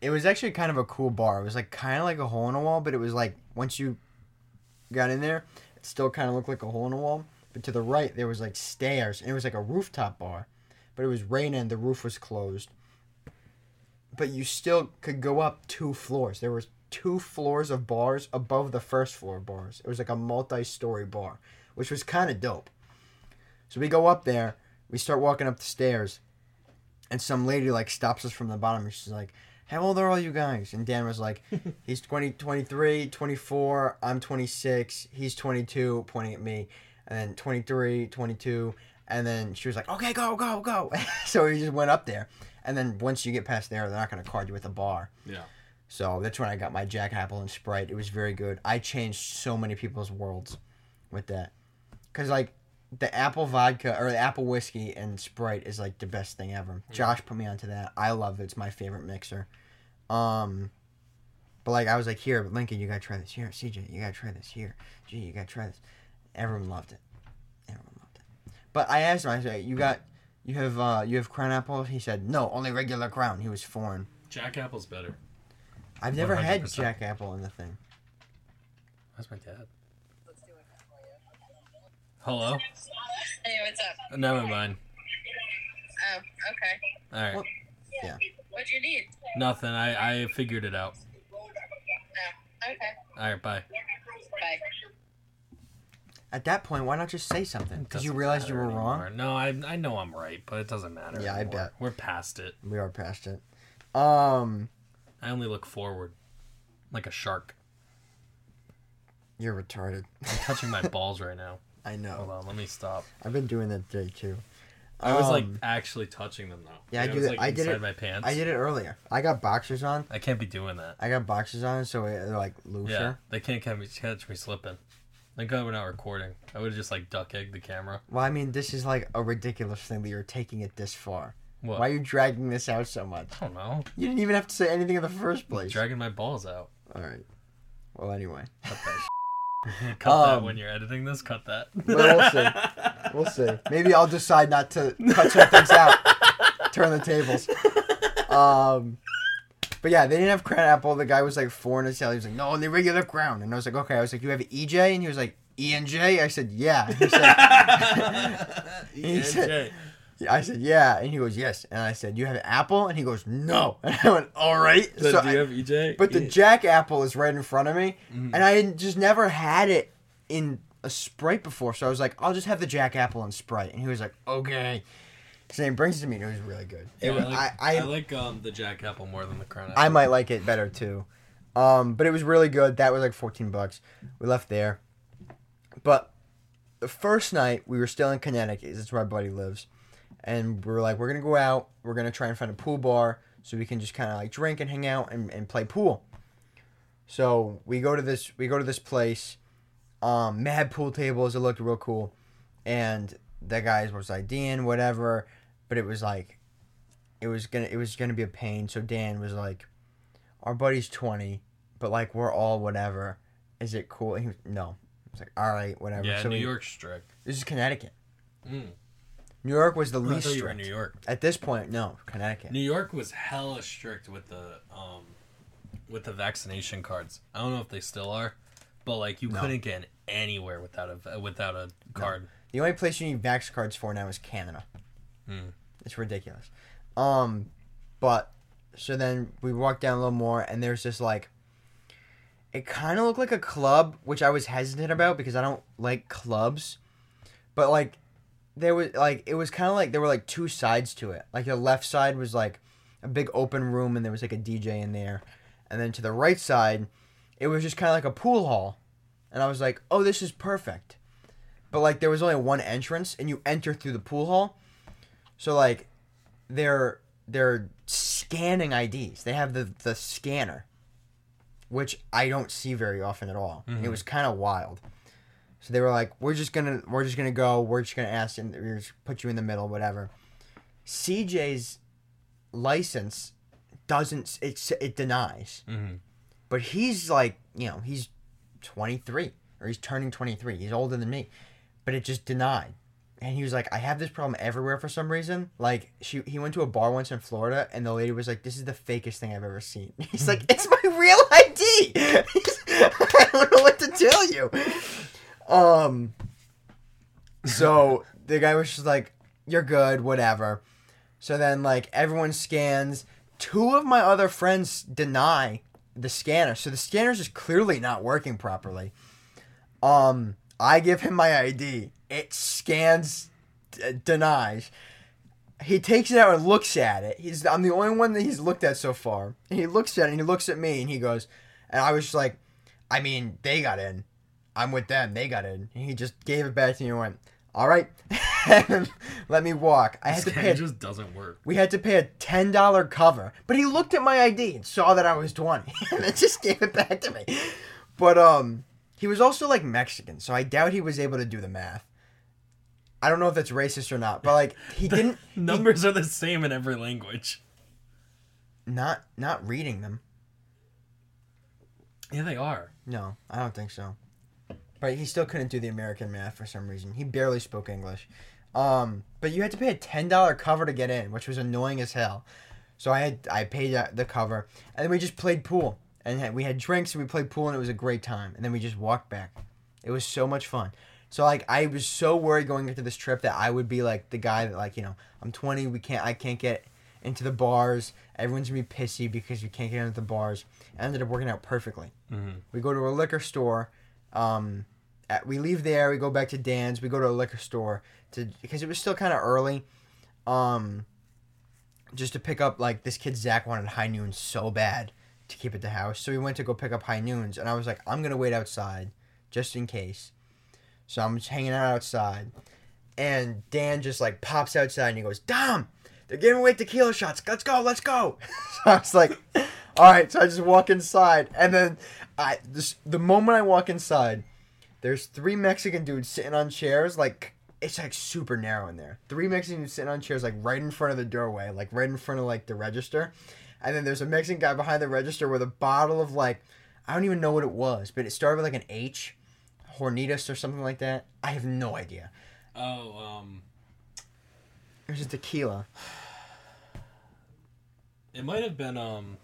it was actually kind of a cool bar. It was like kind of like a hole in a wall, but it was like once you got in there, it still kind of looked like a hole in a wall. But to the right, there was like stairs, and it was like a rooftop bar, but it was raining. and The roof was closed, but you still could go up two floors. There was two floors of bars above the first floor bars. It was like a multi-story bar, which was kind of dope. So we go up there. We start walking up the stairs, and some lady like stops us from the bottom and she's like how old are all you guys and dan was like he's 20 23 24 i'm 26 he's 22 pointing at me and then 23 22 and then she was like okay go go go so we just went up there and then once you get past there they're not going to card you with a bar
Yeah.
so that's when i got my jack apple and sprite it was very good i changed so many people's worlds with that because like the apple vodka or the apple whiskey and Sprite is like the best thing ever. Josh put me onto that. I love it. It's my favorite mixer. Um, but like I was like, here, Lincoln, you gotta try this. Here, CJ, you gotta try this. Here, G, you gotta try this. Everyone loved it. Everyone loved it. But I asked him. I said, you got, you have, uh, you have crown apple. He said, no, only regular crown. He was foreign.
Jack Apple's better.
I've never had
100%.
Jack Apple in the thing.
That's my dad. Hello? Uh,
Hey, what's up?
Never mind.
Oh, okay.
All right.
What? Yeah.
What'd you need?
Nothing. I, I figured it out.
Oh, okay.
All right. Bye.
Bye.
At that point, why not just say something? Because you
Doesn't
realized you
matter
were wrong.
anymore. No, I, I know I'm right, but it doesn't matter.
Yeah, I
anymore.
bet.
We're past it.
We are past it. Um,
I only look forward like a shark.
you're retarded.
Touching my balls right now.
I
Hold
know.
on. Let me stop.
I've been doing that today too.
I was like
Um,
actually touching them though.
Yeah, I
Like,
do
was,
that-
like,
I did
inside
it-
my pants.
I did it earlier. I got boxers on.
I can't be doing that.
I got boxers on, so it- they're like looser.
Yeah, they can't catch me, catch me slipping. Thank God we're not recording. I would have just like duck egg the camera.
Well, I mean, this is like a ridiculous thing that you're taking it this far.
What?
Why are you dragging this out so much?
I don't know.
You didn't even have to say anything in the first place.
Dragging my balls out.
All right. Well, anyway,
Cut that. cut that
Um,
when you're editing this. Cut that.
Well, we'll see. we'll see. Maybe I'll decide not to cut some things out. Turn the tables. Um, but yeah, they didn't have crown apple. The guy was like four in his cell. He was like, no, only regular crown. And I was like, okay. I was like, you have EJ? And he was like, ENJ? I said, yeah. He said,
He
said-
said,
I said, yeah. And he goes, yes. And I said, you have apple? And he goes, no. And I went, all right.
"So
So
do
I-
you have E EJ?
but Mm-hmm. the
Yeah.
Jack apple is right in front of me. And I didn't- just never had it in a Sprite before. So I was like, I'll just have the Jack apple and Sprite. And he was like, okay. So he brings it to me and it was really good. It
Yeah,
was,
I like,
I, I,
I like um, the Jack Apple more than the Crown Apple.
I might like it better too. Um, but it was really good. That was like 14 bucks. We left there. But the first night we were still in Connecticut. That's where my buddy lives. And we were like, we're going to go out. We're going to try and find a pool bar so we can just kind of like drink and hang out and, and play pool. So we go to this we go to this place. Um, mad pool tables. It looked real cool. And the guys was like, Dan, whatever. But it was like, it was gonna it was gonna be a pain. So Dan was like, our buddy's 20, but like we're all whatever. Is it cool? And he was, no. I was like, all right, whatever.
yeah,
so
New
we-
York's strict.
This is Connecticut.
Mm.
New York was the
I
least
thought you were
strict.
in New York.
At this point, no, Connecticut.
New York was hella strict with the um, with the vaccination cards. I don't know if they still are, but like you
No.
couldn't get in anywhere without a without a card.
The only place you need Vax cards for now is Canada.
Hmm.
It's ridiculous. Um, but so then we walked down a little more, and there's this like, it kind of looked like a club, which I was hesitant about because I don't like clubs. But like, there was like it was kind of like there were like two sides to it. Like the left side was like a big open room, and there was like a DJ in there, and then to the right side, it was just kind of like a pool hall, and I was like, oh, this is perfect. But like there was only one entrance, and you enter through the pool hall, so like, they're they're scanning IDs. They have the the scanner, which I don't see very often at all. It was kind of wild. So they were like, "We're just gonna we're just gonna go. We're just gonna ask and we're just put you in the middle, whatever." CJ's license doesn't it it denies,
Mhm.
but he's like you know he's twenty three or he's turning twenty three. He's older than me, but it just denied and he was like, I have this problem everywhere for some reason. Like she, he went to a bar once in Florida, and the lady was like, "This is the fakest thing I've ever seen." He's like, "It's my real ID." He's- I don't know what to tell you. Um. So the guy was just like, "You're good, whatever." So then, like everyone scans. Two of my other friends deny the scanner, so the scanner's just clearly not working properly. Um, I give him my ID. It scans, d- denies. He takes it out and looks at it. He's I'm the only one that he's looked at so far. And he looks at it and he looks at me and he goes, and I was just like, I mean, they got in. I'm with them. They got in. And he just gave it back to me and went, all right, let me walk. I had to pay.
It just doesn't work.
We had to pay a ten dollar cover, but he looked at my ID and saw that I was twenty, and then just gave it back to me. But um, he was also like Mexican, so I doubt he was able to do the math. I don't know if that's racist or not, but like he didn't
Numbers are the same in every language.
not not reading them.
Yeah, they are.
No, I don't think so. But he still couldn't do the American math for some reason. He barely spoke English. Um, but you had to pay a ten dollar cover to get in, which was annoying as hell. So I had I paid that- the cover, and then we just played pool, and had, we had drinks and we played pool, and it was a great time. And then we just walked back. It was so much fun. So like I was so worried going into this trip that I would be like the guy that like you know I'm 20, we can't I can't get into the bars. Everyone's gonna be pissy because you can't get into the bars. I ended up working out perfectly. We go to a liquor store. Um, at, we leave there. We go back to Dan's. We go to a liquor store to because it was still kind of early. Um, just to pick up like this kid Zach wanted high noon so bad to keep at the house, so we went to go pick up high noons, and I was like, I'm gonna wait outside just in case. So I'm just hanging out outside, and Dan just like pops outside and he goes, Dom, they're giving away tequila shots. Let's go, let's go. so I was like, all right. So I just walk inside, and then I this, the moment I walk inside, there's three Mexican dudes sitting on chairs like. It's like super narrow in there. Three Mexican dudes sitting on chairs like right in front of the doorway, like right in front of like the register. And then there's a Mexican guy behind the register with a bottle of like I don't even know what it was, but it started with like an H, Hornitas or something like that. I have no idea.
Oh, um,
It was a tequila.
it might have been um.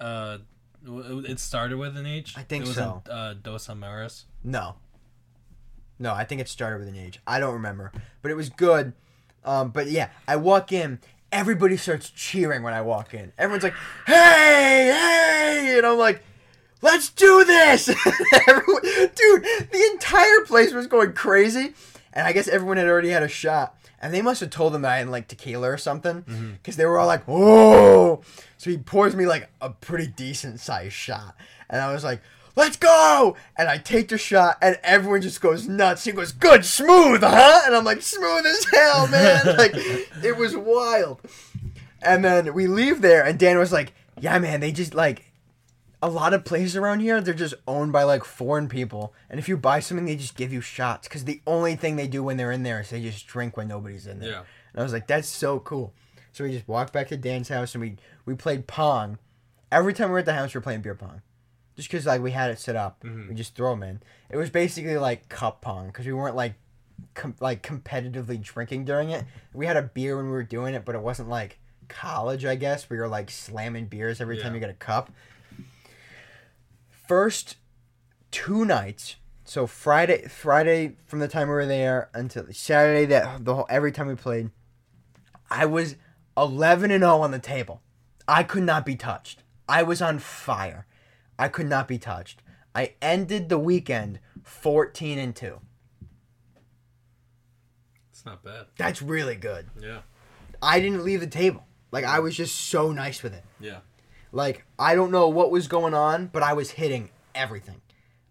Uh, w- it started with an H.
I think
it was
so.
In, uh, Dos Amaras.
No. No, I think it started with an H. I don't remember, but it was good. Um, but yeah, I walk in. Everybody starts cheering when I walk in. Everyone's like, "Hey, hey!" and I'm like, "Let's do this!" everyone, dude, the entire place was going crazy, and I guess everyone had already had a shot. And they must have told them that I had like tequila or something, because they were all like, "Oh!" So he pours me like a pretty decent sized shot, and I was like, "Let's go!" And I take the shot, and everyone just goes nuts. He goes, "Good, smooth, huh?" And I'm like, "Smooth as hell, man!" like it was wild. And then we leave there, and Dan was like, "Yeah, man, they just like a lot of places around here, they're just owned by like foreign people. And if you buy something, they just give you shots because the only thing they do when they're in there is they just drink when nobody's in there.
Yeah.
And I was like, that's so cool. So we just walked back to Dan's house and we we played pong. Every time we were at the house, we were playing beer pong, just because like we had it set up. We just throw them in. It was basically like cup pong because we weren't like com- like competitively drinking during it. We had a beer when we were doing it, but it wasn't like college, I guess. We were like slamming beers every time
Yeah.
you get a cup first two nights. So Friday, Friday from the time we were there until Saturday, that the whole every time we played, I was eleven and zero on the table. I could not be touched. I was on fire. I could not be touched. I ended the weekend fourteen and two.
It's not bad.
That's really good.
Yeah.
I didn't leave the table. Like I was just so nice with it.
Yeah.
Like I don't know what was going on, but I was hitting everything.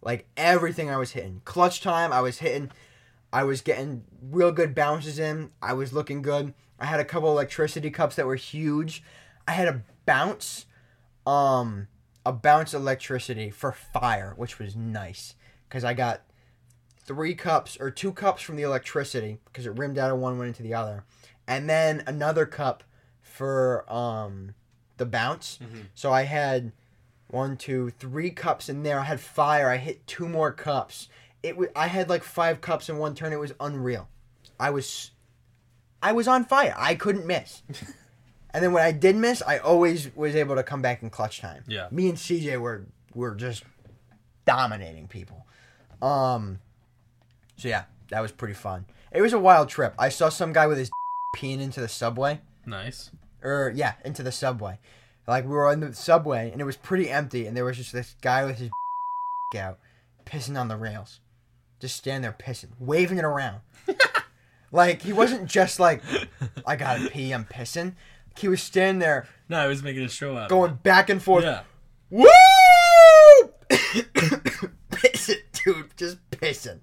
Like everything I was hitting. Clutch time, I was hitting I was getting real good bounces in. I was looking good. I had a couple electricity cups that were huge. I had a bounce um a bounce electricity for fire, which was nice cuz I got three cups or two cups from the electricity because it rimmed out of one went into the other. And then another cup for um the bounce. So I had one, two, three cups in there. I had fire. I hit two more cups. It wa I had like five cups in one turn. It was unreal. I was, I was on fire. I couldn't miss. and then when I did miss, I always was able to come back in clutch time.
Yeah.
Me and CJ were were just dominating people. Um. So yeah, that was pretty fun. It was a wild trip. I saw some guy with his peeing into the subway
Nice.
or yeah, into the subway. Like we were on the subway and it was pretty empty, and there was just this guy with his out pissing on the rails, just standing there pissing, waving it around. like he wasn't just like, I gotta pee, I'm pissing. He was standing there
No, I was making a show out.
going back and
Of it.
forth.
Yeah.
Woo! pissing, dude, just pissing.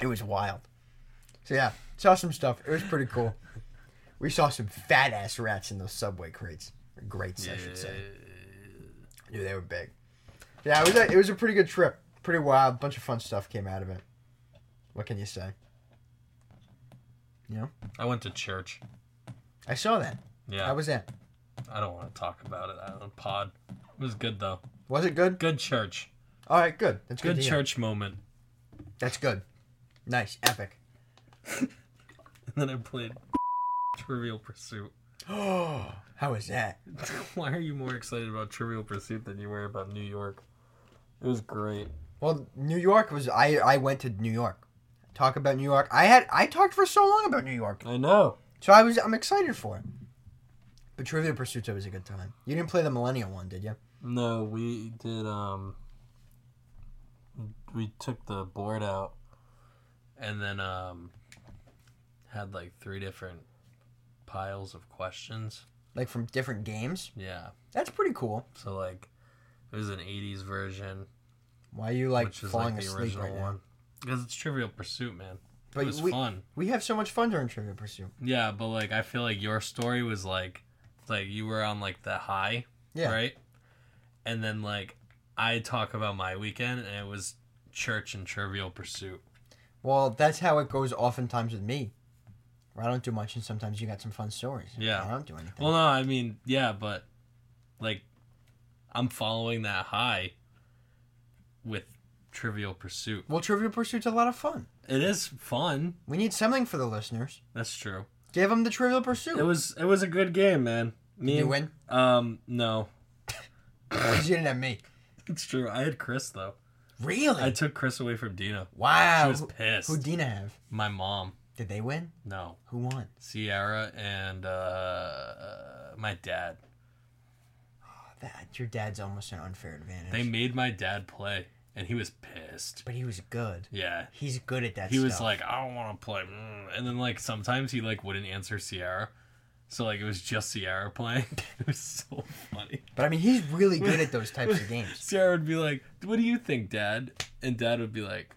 It was wild. So yeah, saw some stuff. It was pretty cool. We saw some fat ass rats in those subway crates. Or grates, I should say. Dude, they were big. Yeah, it was a, it was a pretty good trip. Pretty wild. Bunch of fun stuff came out of it. What can you say? You know,
I went to church.
I saw that.
Yeah.
How was that?
I don't want to talk about it on pod. It was good though.
Was it good?
Good church.
All right, good. That's good. to
Good
hear.
church moment.
That's good. Nice, epic.
And then I played Trivial Pursuit.
Oh, how was that?
Why are you more excited about Trivial Pursuit than you were about New York? It was great.
Well, New York was. I I went to New York. Talk about New York. I had I talked for so long about New York,
I know.
so I was I'm excited for it. But Trivial Pursuit's always a good time. You didn't play the Millennial one, did you?
No, we did um we took the board out and then um had like three different piles of questions.
Like from different games.
Yeah.
That's pretty cool.
So like it was an 80s version
Why are you like
which is
falling
like the
asleep
original
right now?
one. Because it's Trivial Pursuit, man.
But
it was
we
fun.
we have so much fun during Trivial Pursuit.
Yeah, but like I feel like your story was like like you were on like the high,
Yeah.
right? And then like I talk about my weekend and it was church and trivial pursuit.
Well, that's how it goes oftentimes with me. Where I don't do much, and sometimes you got some fun stories.
Yeah.
I don't do anything.
Well, no, I mean, yeah, but like I'm following that high with trivial pursuit.
well, Trivial Pursuit's a lot of fun.
It is fun.
We need something for the listeners.
That's true.
Give them the Trivial Pursuit.
It was it was a good game, man. Me
you
and-
win.
Um, no.
'Cause you didn't have me.
It's true. I had Chris though.
Really?
I took Chris away from Dina. She
wow.
was pissed.
Who Dina have?
My mom.
Did they win?
No.
Who won?
Sierra and uh, my dad.
Oh, that your dad's almost an unfair advantage.
They made my dad play, and he was pissed.
but he was good.
Yeah.
He's good at that.
He was
stuff.
like, I don't want to play. mm," And then, like, sometimes he, like, wouldn't answer Sierra. So, like, it was just Sierra playing. It was so funny.
but I mean, he's really good at those types of games.
Sierra would be like, What do you think, Dad? And Dad would be like,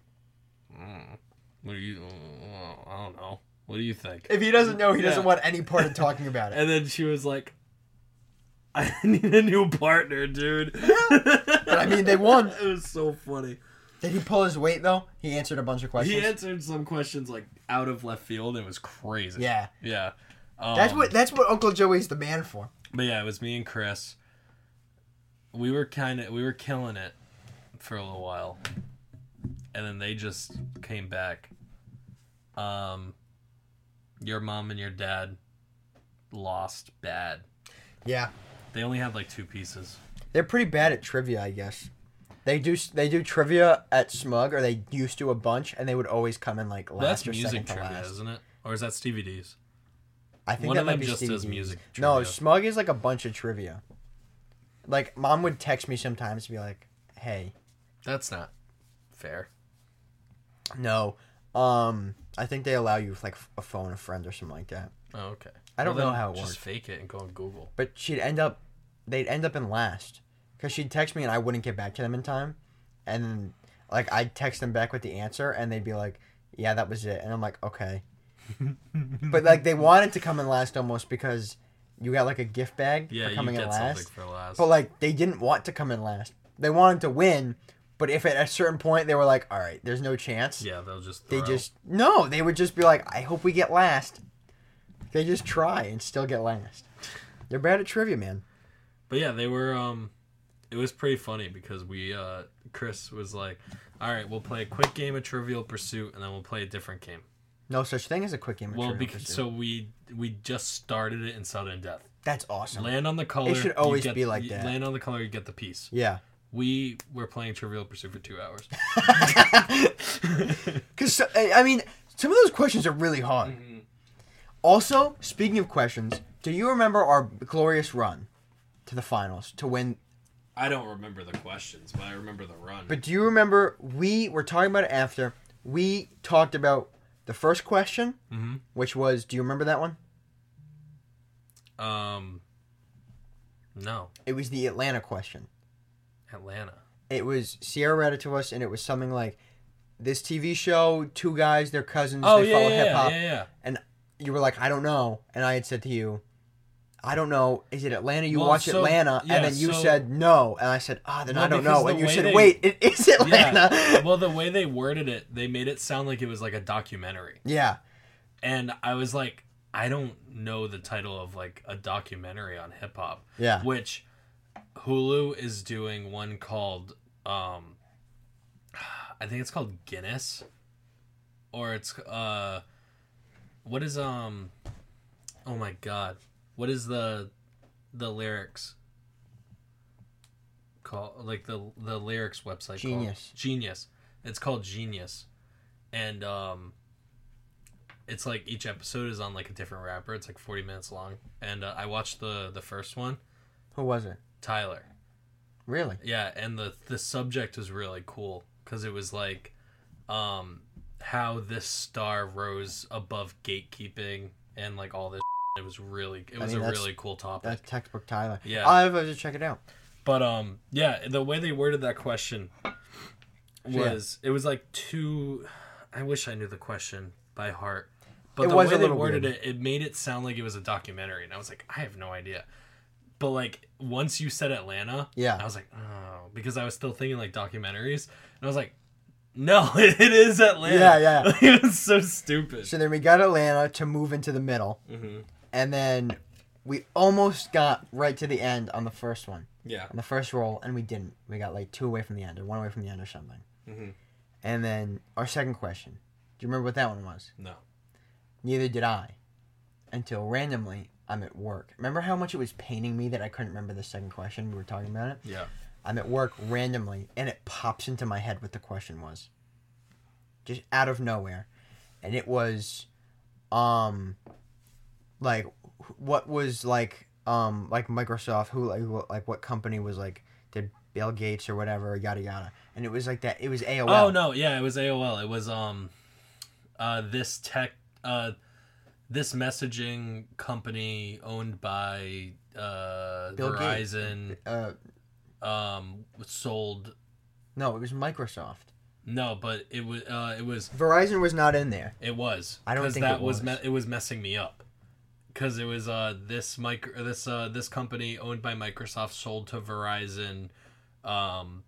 mm, What do you. uh, I don't know. What do you think?
If he doesn't know, he doesn't
Yeah.
want any part of talking about it.
And then she was like, I need a new partner, dude.
But I mean, they won.
It was so funny.
Did he pull his weight though? He answered a bunch of questions.
He answered some questions like out of left field. and It was crazy.
Yeah,
Yeah. Um,
that's what that's what Uncle Joey's the man for.
But yeah, it was me and Chris. We were kind of we were killing it for a little while, and then they just came back. Um, your mom and your dad lost bad.
Yeah,
They only had like two pieces.
they're pretty bad at trivia, I guess. They do they do trivia at Smug, or they used to a bunch, and they would always come in like last
That's
or
music
second to
trivia,
last.
isn't it? Or is that Stevie D's?
I think
One
that
of
might
them
be
just
Stevie
does
D's.
music
No,
trivia.
Smug is like a bunch of trivia. Like mom would text me sometimes to be like, "Hey,
That's not fair.
no, um, I think they allow you like a phone a friend or something like that."
Oh, okay.
I don't
Well,
know
then
how it
just
worked.
fake it and go on Google.
but she'd end up they'd end up in last because she'd text me and i wouldn't get back to them in time and then like i'd text them back with the answer and they'd be like yeah that was it and i'm like okay but like they wanted to come in last almost because you got like a gift bag
Yeah,
for
you
coming
get
in
something
last
for last.
but like they didn't want to come in last they wanted to win but if at a certain point they were like all right there's no chance
yeah, they'll just
they
throw.
just no they would just be like i hope we get last they just try and still get last they're bad at trivia man
But yeah, they were um it was pretty funny because we uh Chris was like, "All right, we'll play a quick game of Trivial Pursuit and then we'll play a different game."
No such thing as a quick game. of
well,
Trivial
because
Pursuit.
so we we just started it in sudden death.
that's awesome.
Land on the color.
should
you
always
get-
be like
you-
that.
Land on the color, you get the piece.
yeah,
We were playing Trivial Pursuit for 2 hours.
because I mean, some of those questions are really hard.
Mm-hmm.
Also, speaking of questions, do you remember our glorious run to the finals to win?
I don't remember the questions, but I remember the run.
But do you remember we were talking about it after we talked about the first question,
Mhm.
which was, do you remember that one?
um no,
It was the Atlanta question.
Atlanta.
It was Sierra read it to us, and it was something like, "This TV show, two guys, they're cousins,
Oh
they
yeah,
follow
yeah,
hip hop."
yeah, yeah.
you were like, I don't know, and I had said to you, I don't know. Is it Atlanta? You
Well,
watch
so-
Atlanta,
yeah,
and then you
so-
said no, and I said, ah, then
Well,
I don't
because
know,
the
and you
way
said,
they-
wait, it is Atlanta.
Yeah. well, the way they worded it, they made it sound like it was like a documentary.
yeah.
And I was like, I don't know the title of like a documentary on hip hop.
Yeah.
Which Hulu is doing one called um I think it's called Guinness or it's uh what is um oh my god. What is the the lyrics call like the the lyrics website
Genius.
called Genius. It's called Genius. And um it's like each episode is on like a different rapper. It's like 40 minutes long. And uh, I watched the the first one
Who was it?
Tyler.
Really?
Yeah, and the the subject was really cool because it was like, um, how this star rose above gatekeeping and like all this. It was really, it was
mean,
a
that's-
really cool topic.
That's textbook Tyler.
Yeah.
I have to check it out.
But um, yeah, the way they worded that question was it was like two. I wish I knew the question by heart, but
It
the
was
way
a
they
little
worded
weird.
it, it made it sound like it was a documentary, and I was like, I have no idea. But like once you said Atlanta,
Yeah.
I was like, oh, because I was still thinking like documentaries, and I was like, no, it is Atlanta.
Yeah, yeah.
it was so stupid.
So then we got Atlanta to move into the middle,
hmm
and then we almost got right to the end on the first one,
Yeah,
on the first roll, and we didn't. We got like two away from the end, or one away from the end, or something.
Mhm.
And then our second question. Do you remember what that one was?
no,
Neither did I. Until randomly, I'm at work. Remember how much it was paining me that I couldn't remember the second question? We were talking about it.
yeah,
I'm at work randomly, and it pops into my head what the question was. Just out of nowhere. And it was, um, like, wh- what was, like, um, like Microsoft, who, like, what, like what company was, like, did Bill Gates or whatever, yada, yada. And it was like that, it was AOL.
Oh no, yeah, it was AOL. It was um uh this tech uh this messaging company owned by uh
Bill Gates.
Verizon
Uh,
um sold
no, it was Microsoft.
no, but it was uh it was
Verizon was not in there.
it was
I don't
'Cause
think
that
it
was,
was.
me- it was messing me up cuz it was uh this micro this uh this company owned by Microsoft sold to Verizon um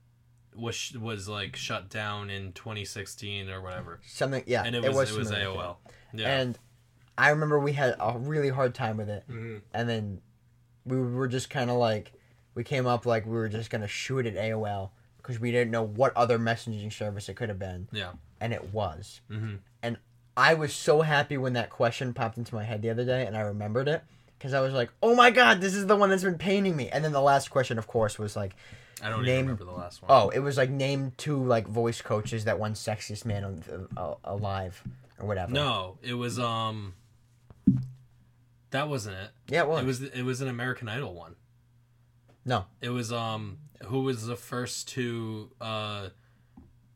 was sh- was like shut down in 2016 or whatever.
Something, yeah.
And it was it was,
familiar.
AOL. Yeah.
And I remember we had a really hard time with it. And then we were just kind of like, we came up like we were just going to shoot at AOL because we didn't know what other messaging service it could have been.
Yeah.
And it was.
Mm-hmm.
And I was so happy when that question popped into my head the other day and I remembered it because I was like, oh my God, this is the one that's been paining me. And then the last question, of course, was like,
I don't
Name-
even remember the last one.
oh, it was like name two like voice coaches that won sexiest man on, uh, alive or whatever.
no, it was um. That wasn't it.
Yeah, it was.
It was it was an American Idol one.
No.
It was um who was the first two uh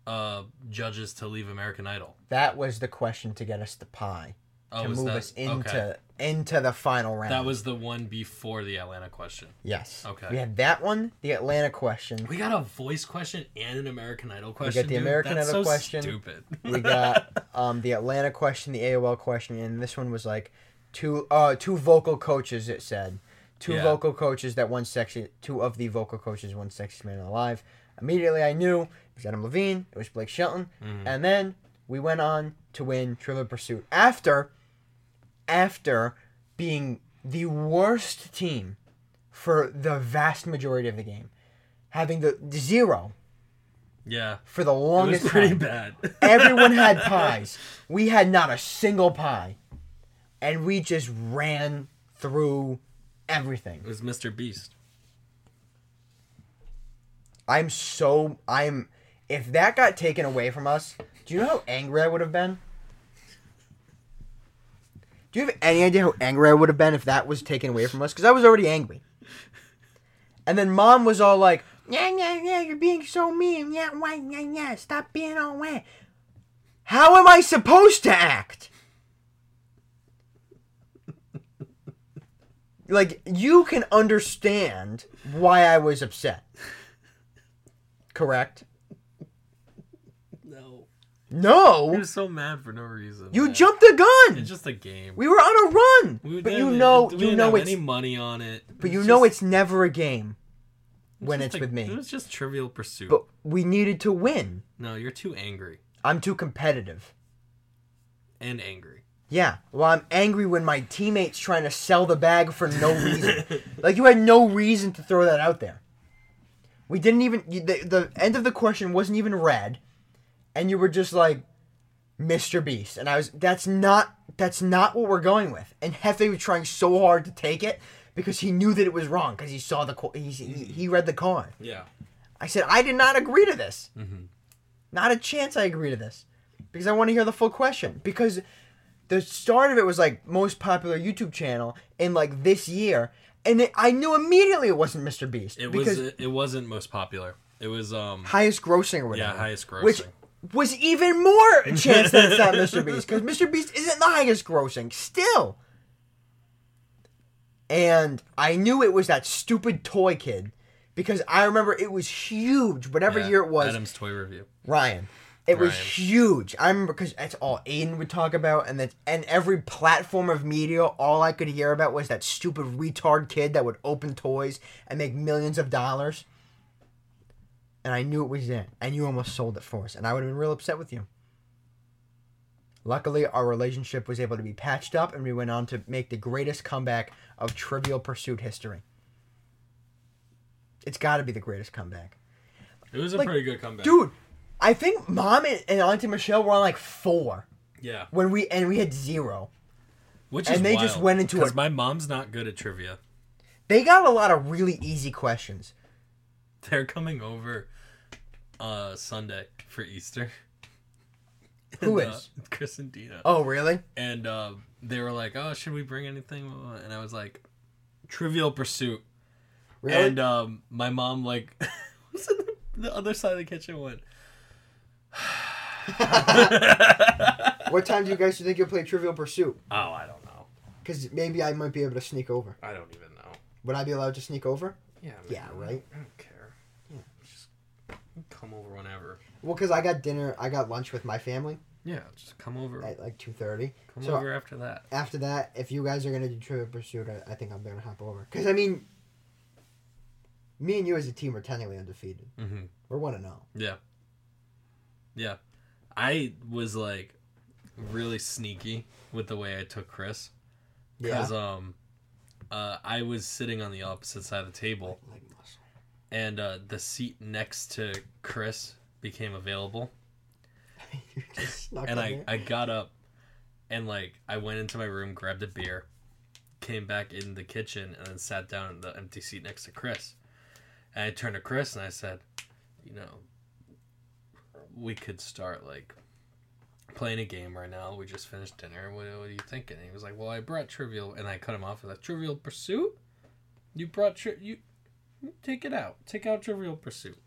uh judges to leave American Idol.
That was the question to get us the pie
Oh,
to
was
move
that
us into
okay.
into the final round.
That was the one before the Atlanta question.
yes.
Okay.
We had that one, the Atlanta question.
We got a voice question and an American Idol question.
the
dude.
American
That's
Idol
so
question.
Stupid.
We got um, the Atlanta question, the AOL question, and this one was like two uh two vocal coaches. It said two
Yeah.
vocal coaches that one sexy two of the vocal coaches one sexiest man alive. Immediately, I knew it was Adam Levine. It was Blake Shelton,
Mm-hmm.
and then we went on to win Trivial Pursuit after after being the worst team for the vast majority of the game, having the zero
yeah,
for the
it was
longest
pretty
time.
bad.
Everyone had pies. We had not a single pie. And we just ran through
it
everything.
was Mr. Beast.
I'm so I'm if that got taken away from us, do you know how angry I would have been? Do you have any idea how angry I would have been if that was taken away from us? Because I was already angry. And then mom was all like, yeah, yeah, yeah, you're being so mean. Yeah, why, yeah, yeah, stop being all wet. How am I supposed to act? like, you can understand why I was upset. Correct?
No. He
No,
was so mad for no reason.
you
man.
jumped the gun.
It's just a game.
We were on a run,
We
but
didn't-
you know,
we
you
didn't
know
have
it's,
any money on it. It
but
was
you know
just-
it's never a game
it was
when
just
it's
a-
with
It
me.
was just Trivial Pursuit.
But we needed to win.
no, you're too angry
I'm too competitive.
and angry.
Yeah, well, I'm angry when my teammates trying to sell the bag for no reason. like you had no reason to throw that out there. We didn't even you- the, the end of the question wasn't even read, and you were just like, "Mr. Beast," and I was that's not that's not what we're going with. And Hefe was trying so hard to take it because he knew that it was wrong because he saw the qu- he, he he read the card.
Yeah.
I said I did not agree to this.
Mm-hmm.
Not a chance I agree to this because I want to hear the full question. Because the start of it was like most popular YouTube channel in like this year, and it, I knew immediately it wasn't Mr. Beast
It
because
was. It wasn't most popular. It was. Um.
highest grossing or whatever.
Yeah, highest grossing.
Which was even more a chance that it's not Mr. Beast because Mr. Beast isn't the highest grossing still. And I knew it was that stupid toy kid because I remember it was huge, whatever
Yeah,
year it was.
Adam's toy review.
Ryan. It was
Ryan.
huge. I remember because that's all Aiden would talk about, and that's and every platform of media, all I could hear about was that stupid retard kid that would open toys and make millions of dollars. And I knew it was that, and you almost sold it for us, and I would have been real upset with you. Luckily, our relationship was able to be patched up, and we went on to make the greatest comeback of Trivial Pursuit history. It's got to be the greatest comeback.
It was a
Like,
pretty good comeback.
Dude, I think mom and, and Auntie Michelle were on like four
Yeah.
when we and we had zero.
Which
and
is
they just
wild,
went into
'cause
it.
my mom's not good at trivia.
They got a lot of really easy questions.
They're coming over uh Sunday for Easter.
Who
And, uh,
is?
Chris and Dina?
Oh, really?
And uh, they were like, "Oh, should we bring anything?" And I was like, "Trivial Pursuit."
Really?
And um, my mom like was in the, the other side of the kitchen. Went. oh,
what time do you guys think you'll play Trivial Pursuit?
I don't know.
Because maybe I might be able to sneak over.
I don't even know.
Would I be allowed to sneak over?
Yeah. I
Yeah, right?
I don't care. Yeah, just come over whenever.
Well, because I got dinner, I got lunch with my family
Yeah, just come over.
at like two thirty.
come
so-
over after that.
After that, if you guys are gonna do Trivial Pursuit, I, I think I'm gonna hop over. Because I mean, me and you as a team are technically undefeated.
Mm-hmm.
We're one and oh. zero.
Yeah. Yeah. I was like really sneaky with the way I took Chris
Yeah.
because um uh, I was sitting on the opposite side of the table
Leg muscle.
and uh, the seat next to Chris became available
You just snuck
and
in
I,
there.
I got up and like I went into my room, grabbed a beer, came back in the kitchen, and then sat down in the empty seat next to Chris. And I turned to Chris and I said, You know, we could start like playing a game right now. We just finished dinner. What, what are you thinking? And he was like, Well, I brought Trivial, and I cut him off with that Trivial Pursuit. You brought tri- you take it out, take out Trivial Pursuit.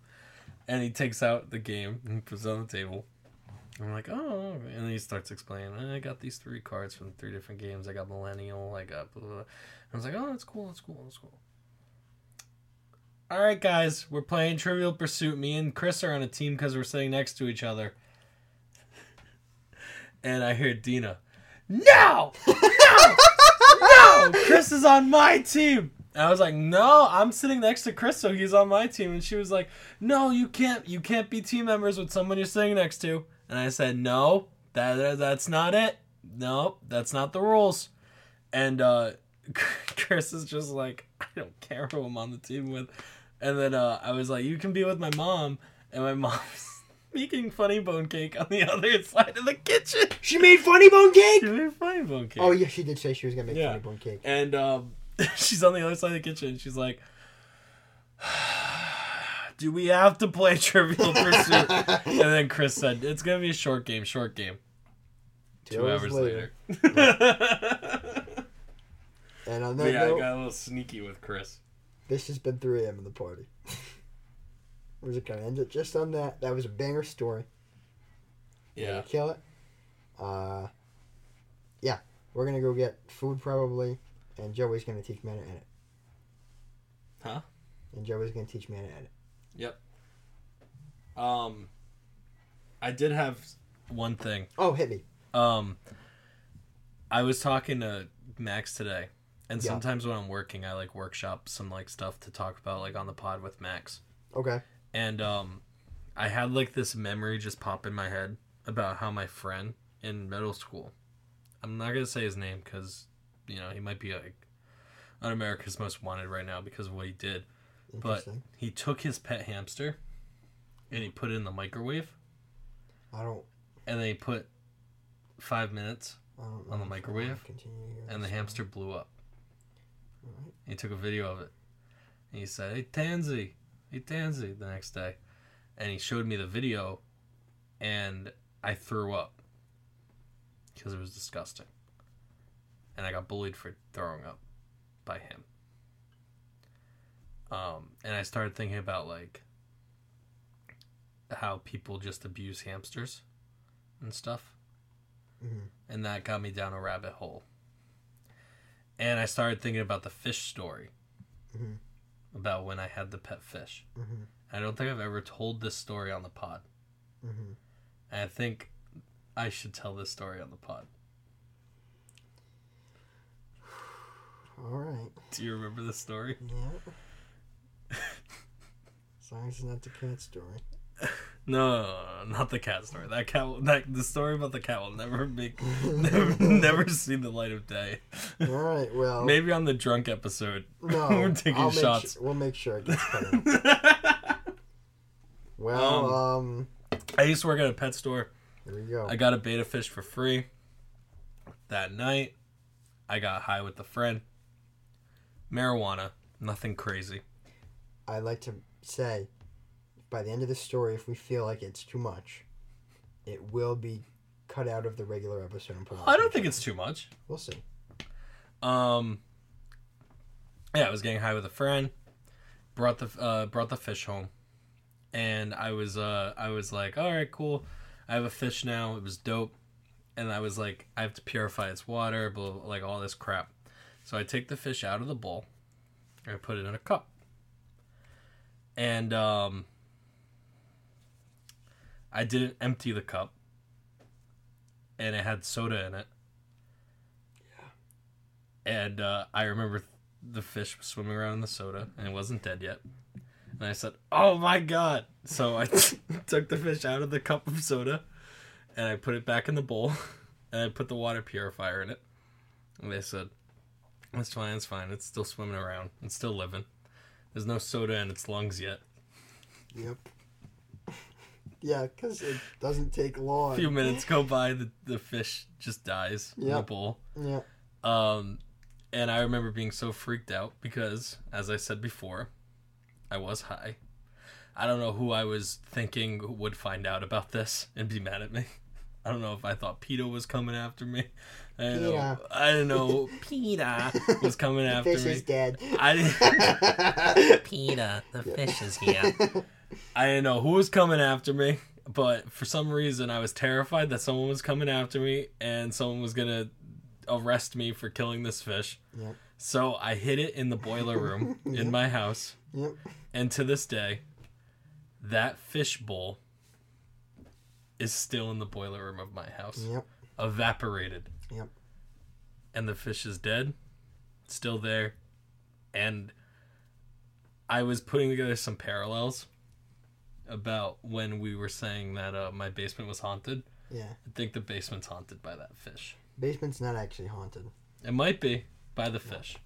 And he takes out the game and puts it on the table. I'm like, oh, all right." and then he starts explaining. "Eh, I got these three cards from three different games. I got Millennial. I got blah. blah, blah." I was like, oh, that's cool. That's cool. That's cool. All right, guys, we're playing Trivial Pursuit. Me and Chris are on a team because we're sitting next to each other. And I hear Dina, no, no, no. Chris is on my team. And I was like, no, I'm sitting next to Chris, so he's on my team. And she was like, no, you can't, you can't be team members with someone you're sitting next to. And I said, no, that, that- that's not it. No, that's not the rules. And uh, Chris is just like, I don't care who I'm on the team with. And then uh, I was like, you can be with my mom. And my mom's making funny bone cake on the other side of the kitchen.
She made funny bone cake.
She made funny bone cake.
Oh yeah, she did say she was gonna make
Yeah.
funny bone cake.
And um, she's on the other side of the kitchen. and She's like, "Do we have to play Trivial Pursuit?" and then Chris said, "It's gonna be a short game. Short game." Two, hours later.
And on that
yeah, I
note,
got a little sneaky with Chris.
this has been 3 a.m. in the party. We're just gonna end it just on that. That was a banger story.
Yeah.
Kill it. Uh, yeah, we're gonna go get food probably, and Joey's gonna teach me how to edit.
Huh?
And Joey's gonna teach me how to edit.
Um, I did have one thing.
Oh, hit me.
Um, I was talking to Max today, and
Yeah.
sometimes when I'm working, I like workshop some like stuff to talk about like on the pod with Max.
Okay.
And um, I had like this memory just pop in my head about how my friend in middle school, I'm not gonna say his name because you know he might be like on America's Most Wanted right now because of what he did. But
Interesting.
he took his pet hamster and he put it in the microwave
I don't.
and they put five minutes
I don't know
On the
if I
microwave,
wanna continue here.
and the hamster blew up.
Alright.
He took a video of it. And he said, Hey Tansy, hey Tansy the next day. And he showed me the video and I threw up because it was disgusting. And I got bullied for throwing up by him. Um, and I started thinking about like how people just abuse hamsters and stuff
Mhm.
and that got me down a rabbit hole. And I started thinking about the fish story, Mm-hmm.
Mhm.
about when I had the pet fish.
Mhm.
I don't think I've ever told this story on the pod,
Mhm.
and I think I should tell this story on the pod.
All right.
Do you remember the story?
Yeah. as long as it's not the cat story.
No, no, no, not the cat story. That cat, will, that the story about the cat will never make, never, never see the light of day.
All right. Well.
Maybe on the drunk episode,
No.
we're taking
I'll make
shots.
su- we'll make sure it gets cut out. Well, um,
I used to work at a pet store.
here we go.
I got a beta fish for free. That night, I got high with a friend. Marijuana, nothing crazy.
I like to say, by the end of the story, if we feel like it's too much, it will be cut out of the regular episode. And put on
I don't think it's too much.
We'll see.
Um, yeah, I was getting high with a friend. Brought the uh, brought the fish home, and I was uh, I was like, all right, cool. I have a fish now. It was dope, and I was like, I have to purify its water, blah, blah, blah, like all this crap. So I take the fish out of the bowl, and I put it in a cup, and um, I didn't empty the cup, and it had soda in it and uh, I remember th- the fish was swimming around in the soda and it wasn't dead yet. And I said, "Oh my god!" So I took the fish out of the cup of soda, and I put it back in the bowl, and I put the water purifier in it. And they said, "It's fine, it's fine. It's still swimming around. It's still living. There's no soda in its lungs yet.
Yep. Yeah, because it doesn't take long.
A few minutes go by, the, the fish just dies in the
Yep.
bowl."
Yeah.
Um, and I remember being so freaked out because, as I said before, I was high. I don't know who I was thinking would find out about this and be mad at me. I don't know if I thought PETA was coming after me. I don't know.
PETA.
I don't know. PETA was coming
The
after
fish
me.
is dead.
I didn't,
Peta, the fish is here.
I didn't know who was coming after me, but for some reason I was terrified that someone was coming after me and someone was gonna arrest me for killing this fish.
Yep.
So I hid it in the boiler room in my house,
Yep.
and to this day, that fish bowl is still in the boiler room of my house,
Yep.
evaporated.
Yep.
And the fish is dead, still there, and I was putting together some parallels about when we were saying that uh, my basement was haunted.
Yeah.
I think the basement's haunted by that fish.
Basement's not actually haunted.
It might be by the fish.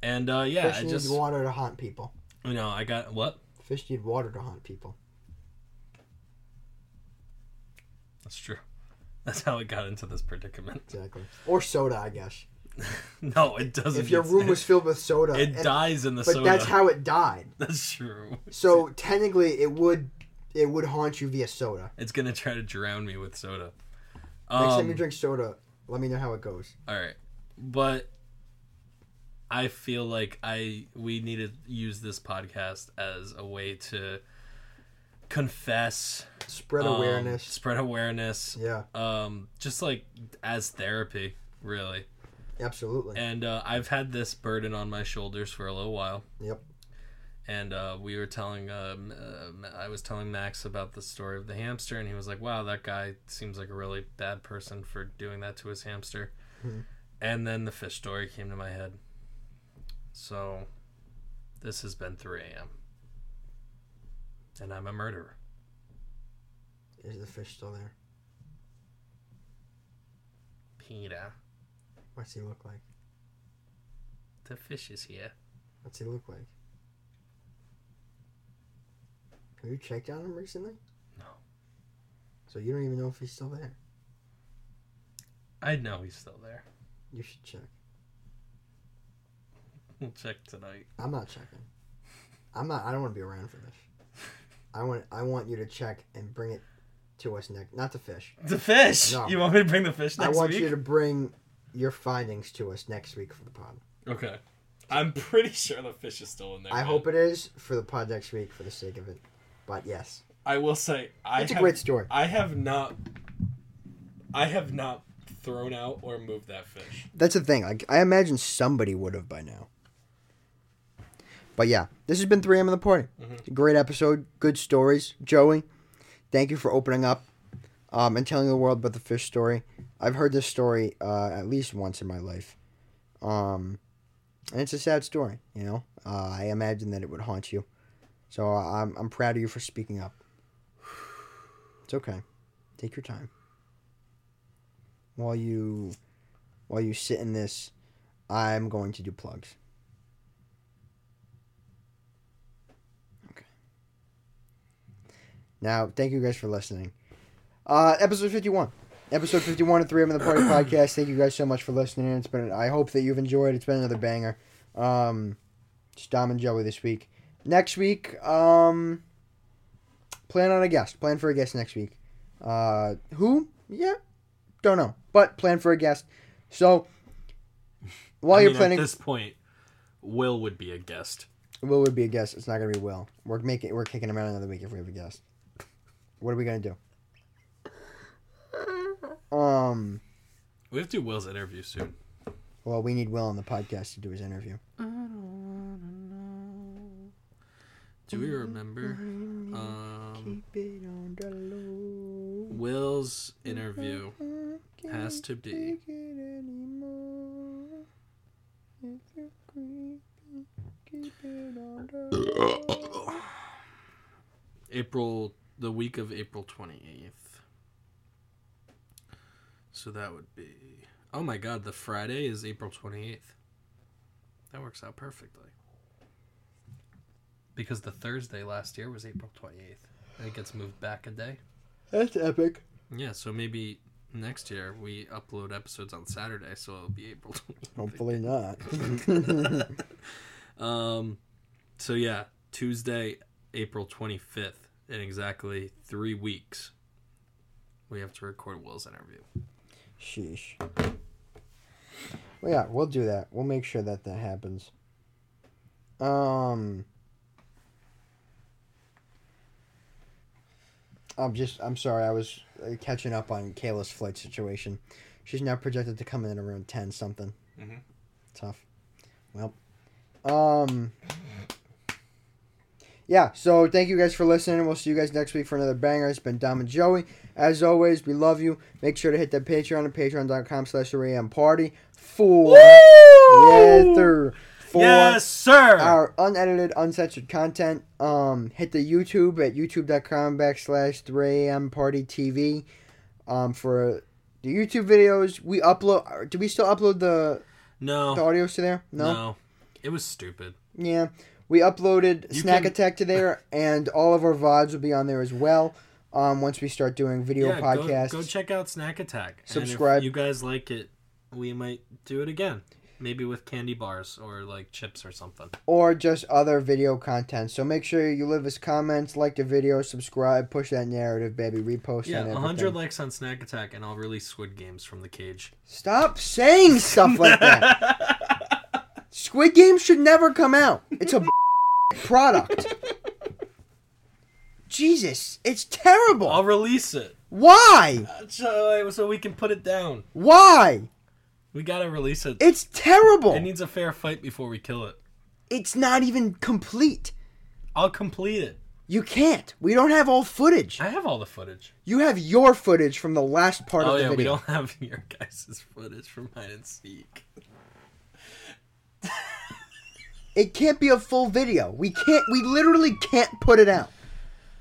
And uh, yeah,
Fish
I
need
just
water to haunt people.
you know I got what?
Fish need water to haunt people.
That's true. That's how it got into this predicament.
Exactly. Or soda, I guess.
No, it doesn't.
If your
It's-
room was filled with soda,
it
and-
dies in the
but
soda.
that's how it died.
That's true.
So technically, it would it would haunt you via soda.
It's gonna try to drown me with soda.
Next time you
Um,
drink soda, let me know how it goes.
all right, but I feel like I we need to use this podcast as a way to confess,
Spread
um,
awareness.
spread awareness,
Yeah,
um, just like as therapy, really.
absolutely.
and uh, I've had this burden on my shoulders for a little while.
Yep.
and uh, we were telling um, uh, I was telling Max about the story of the hamster, and he was like, "Wow, that guy seems like a really bad person for doing that to his hamster."
Mhm.
And then the fish story came to my head. So, this has been 3 a.m. and I'm a murderer.
Is the fish still there?
Peter,
What's he look like?
the fish is here.
What's he look like? Have you checked on him recently?
No.
So you don't even know if he's still there.
I know he's still there.
You should check.
We'll check tonight.
I'm not checking. I'm not. I don't want to be around for this. I want. I want you to check and bring it to us next. Not the fish.
The fish.
No.
You want me to bring the fish
I
next
want
week?
you to bring your findings to us next week for the pod.
Okay. I'm pretty sure the fish is still in there.
I
man.
hope it is for the pod next week for the sake of it. But yes,
I will say I
it's a
have,
great story.
I have not I have not thrown out or moved that fish.
That's the thing. Like I imagine somebody would have by now. But yeah, this has been 3M in the party. Great episode, good stories. Joey, thank you for opening up um, and telling the world about the fish story. I've heard this story uh, at least once in my life. Um, and it's a sad story, you know. Uh, I imagine that it would haunt you. So I'm, I'm proud of you for speaking up. It's okay. Take your time. While you while you sit in this, I'm going to do plugs. Okay. Now, thank you guys for listening. Uh, episode 51. Episode 51 of 3M of the Party Podcast. Thank you guys so much for listening. It's been I hope that you've enjoyed. It's been another banger. Um just Dom and Joey this week. Next week, um plan on a guest. Plan for a guest next week. Uh who? Yeah. Don't know. But plan for a guest. So while you're planning
at this point, Will would be a guest.
Will would be a guest. It's not gonna be Will. We're making we're kicking him out another week if we have a guest. What are we gonna do? Um.
We have to do Will's interview soon.
Well, we need Will on the podcast to do his interview.
Do we remember um,
Mm-hmm. it on the low.
Will's interview has to be
it anymore. It's so creepy. Keep it on the low.
April the week of April 28th. So that would be Oh my god, the Friday is April 28th. That works out perfectly. Because the Thursday last year was April 28th. And it gets moved back a day.
That's epic.
Yeah, so maybe next year we upload episodes on Saturday, so it'll be April 28th.
Hopefully not.
Um, so yeah, Tuesday, April 25th, in exactly three weeks, we have to record Will's interview.
Sheesh. Well, yeah, we'll do that. We'll make sure that that happens. Um, I'm just. I'm sorry. I was uh, catching up on Kayla's flight situation. She's now projected to come in at around ten something.
Mhm.
Tough. Well. Um. Yeah, so thank you guys for listening. We'll see you guys next week for another banger. It's been Dom and Joey. As always, we love you. Make sure to hit that Patreon at patreon.com slash 3am party for, yeah, sir, for
sir.
our unedited, uncensored content. Um, hit the YouTube at youtube.com backslash 3am party TV um, for the YouTube videos. We upload, do we still upload the,
no,
the
no,
audios to there?
It was stupid.
Yeah. We uploaded
You
Snack
can-
Attack to there, and all of our VODs will be on there as well um, once we start doing video
yeah, go-
podcasts.
Go, check out Snack Attack. And if
Subscribe.
you guys like it, we might do it again. Maybe with candy bars or like chips or something.
or just other video content. So make sure you leave us comments, like the video, subscribe, push that narrative, baby, repost
Yeah,
and
100
everything.
likes on Snack Attack, and I'll release Squid Games from the cage.
Stop saying stuff like that. Squid Game should never come out. It's a product. Jesus, it's terrible.
I'll release it.
Why?
So, so we can put it down.
Why?
We gotta release it.
It's terrible.
It needs a fair fight before we kill it.
it's not even complete.
I'll complete it.
You can't. We don't have all footage.
I have all the footage.
You have your footage from the last part
oh
of the
yeah, we
video.
don't have your guys' footage from hide and seek.
It can't be a full video. We can't. We literally can't put it out.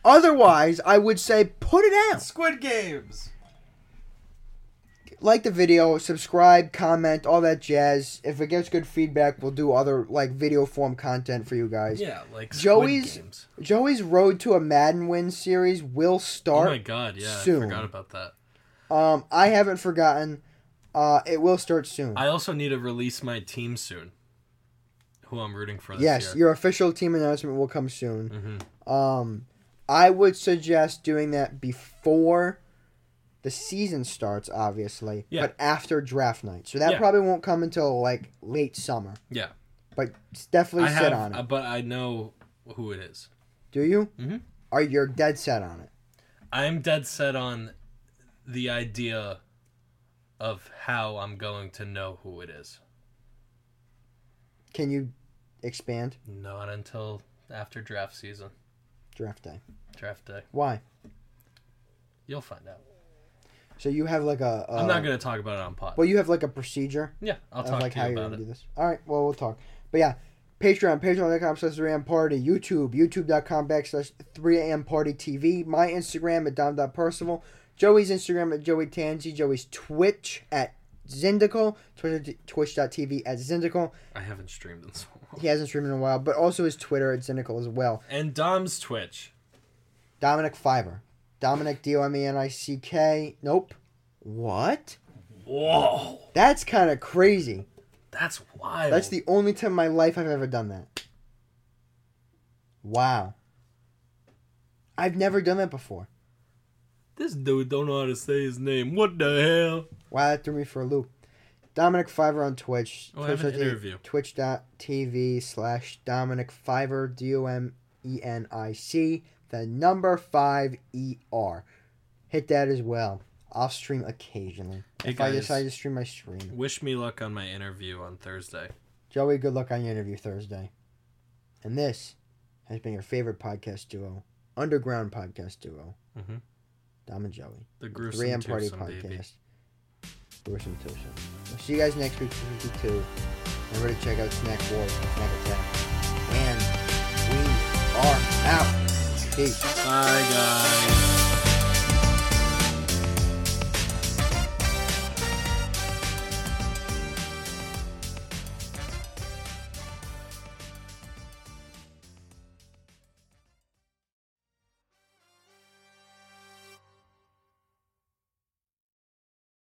Otherwise, I would say put it out.
Squid Games.
Like the video, subscribe, comment, all that jazz. If it gets good feedback, we'll do other like video form content for you guys.
Yeah, like Squid
Joey's-
Games.
Joey's Road to a Madden Win series will
Oh
start.
my god, yeah,
soon.
I forgot about that.
Um, I haven't forgotten. Uh, it will start soon.
I also need to release my team soon. Who I'm rooting for this
yes,
year.
your official team announcement will come soon.
Mhm.
Um, I would suggest doing that before the season starts, obviously,
Yeah.
but after draft night. So that
Yeah.
probably won't come until like late summer.
Yeah.
But s- definitely
I
set
have,
on it.
uh, but I know who it is.
Do you?
Mhm.
Are you dead set on it?
I'm dead set on the idea of how I'm going to know who it is.
Can you expand
Not until after draft season,
draft day?
draft day.
Why?
You'll find out.
So you have like a. uh
I'm not going to talk about it on pod.
Well, you have like a procedure.
yeah, I'll
of
talk
like
to
how
you
you're
about
gonna
it.
do this. All right, well we'll talk. But yeah, Patreon, patreon.com slash 3am party, YouTube, youtube.com backslash 3am party TV, my Instagram at dom.percival, Joey's Instagram at Joey Tanzi, Joey's Twitch at Zindical, Twitter, twitch.tv at Zindical.
I haven't streamed in so long.
He hasn't streamed in a while, but also his Twitter at Zindical as well.
And Dom's Twitch.
Dominic Fiverr. Dominic, D O M E N I C K. Nope. What?
Whoa,
That's kind of crazy.
that's wild.
That's the only time in my life I've ever done that. Wow. I've never done that before.
This dude don't know how to say his name. What the hell?
Wow, that threw me for a loop. Dominic Fiverr on Twitch.
Oh, I have an
twitch.tv
interview.
Twitch.tv slash Dominic Fiverr, D O M E N I C, the number 5 E R. Hit that as well. I'll stream occasionally.
Hey,
if I
guys.
decide to stream, I stream.
Wish me luck on my interview on Thursday.
Joey, good luck on your interview Thursday. And this has been your favorite podcast duo, underground podcast duo,
Mhm.
Dom and Joey,
The
three
gruesome
M Party
twosome,
Podcast.
baby.
Gruesome twosome. We'll see you guys next week, season two. Remember to check out Snack War, Snack Attack, and we are out. Peace.
Bye, guys.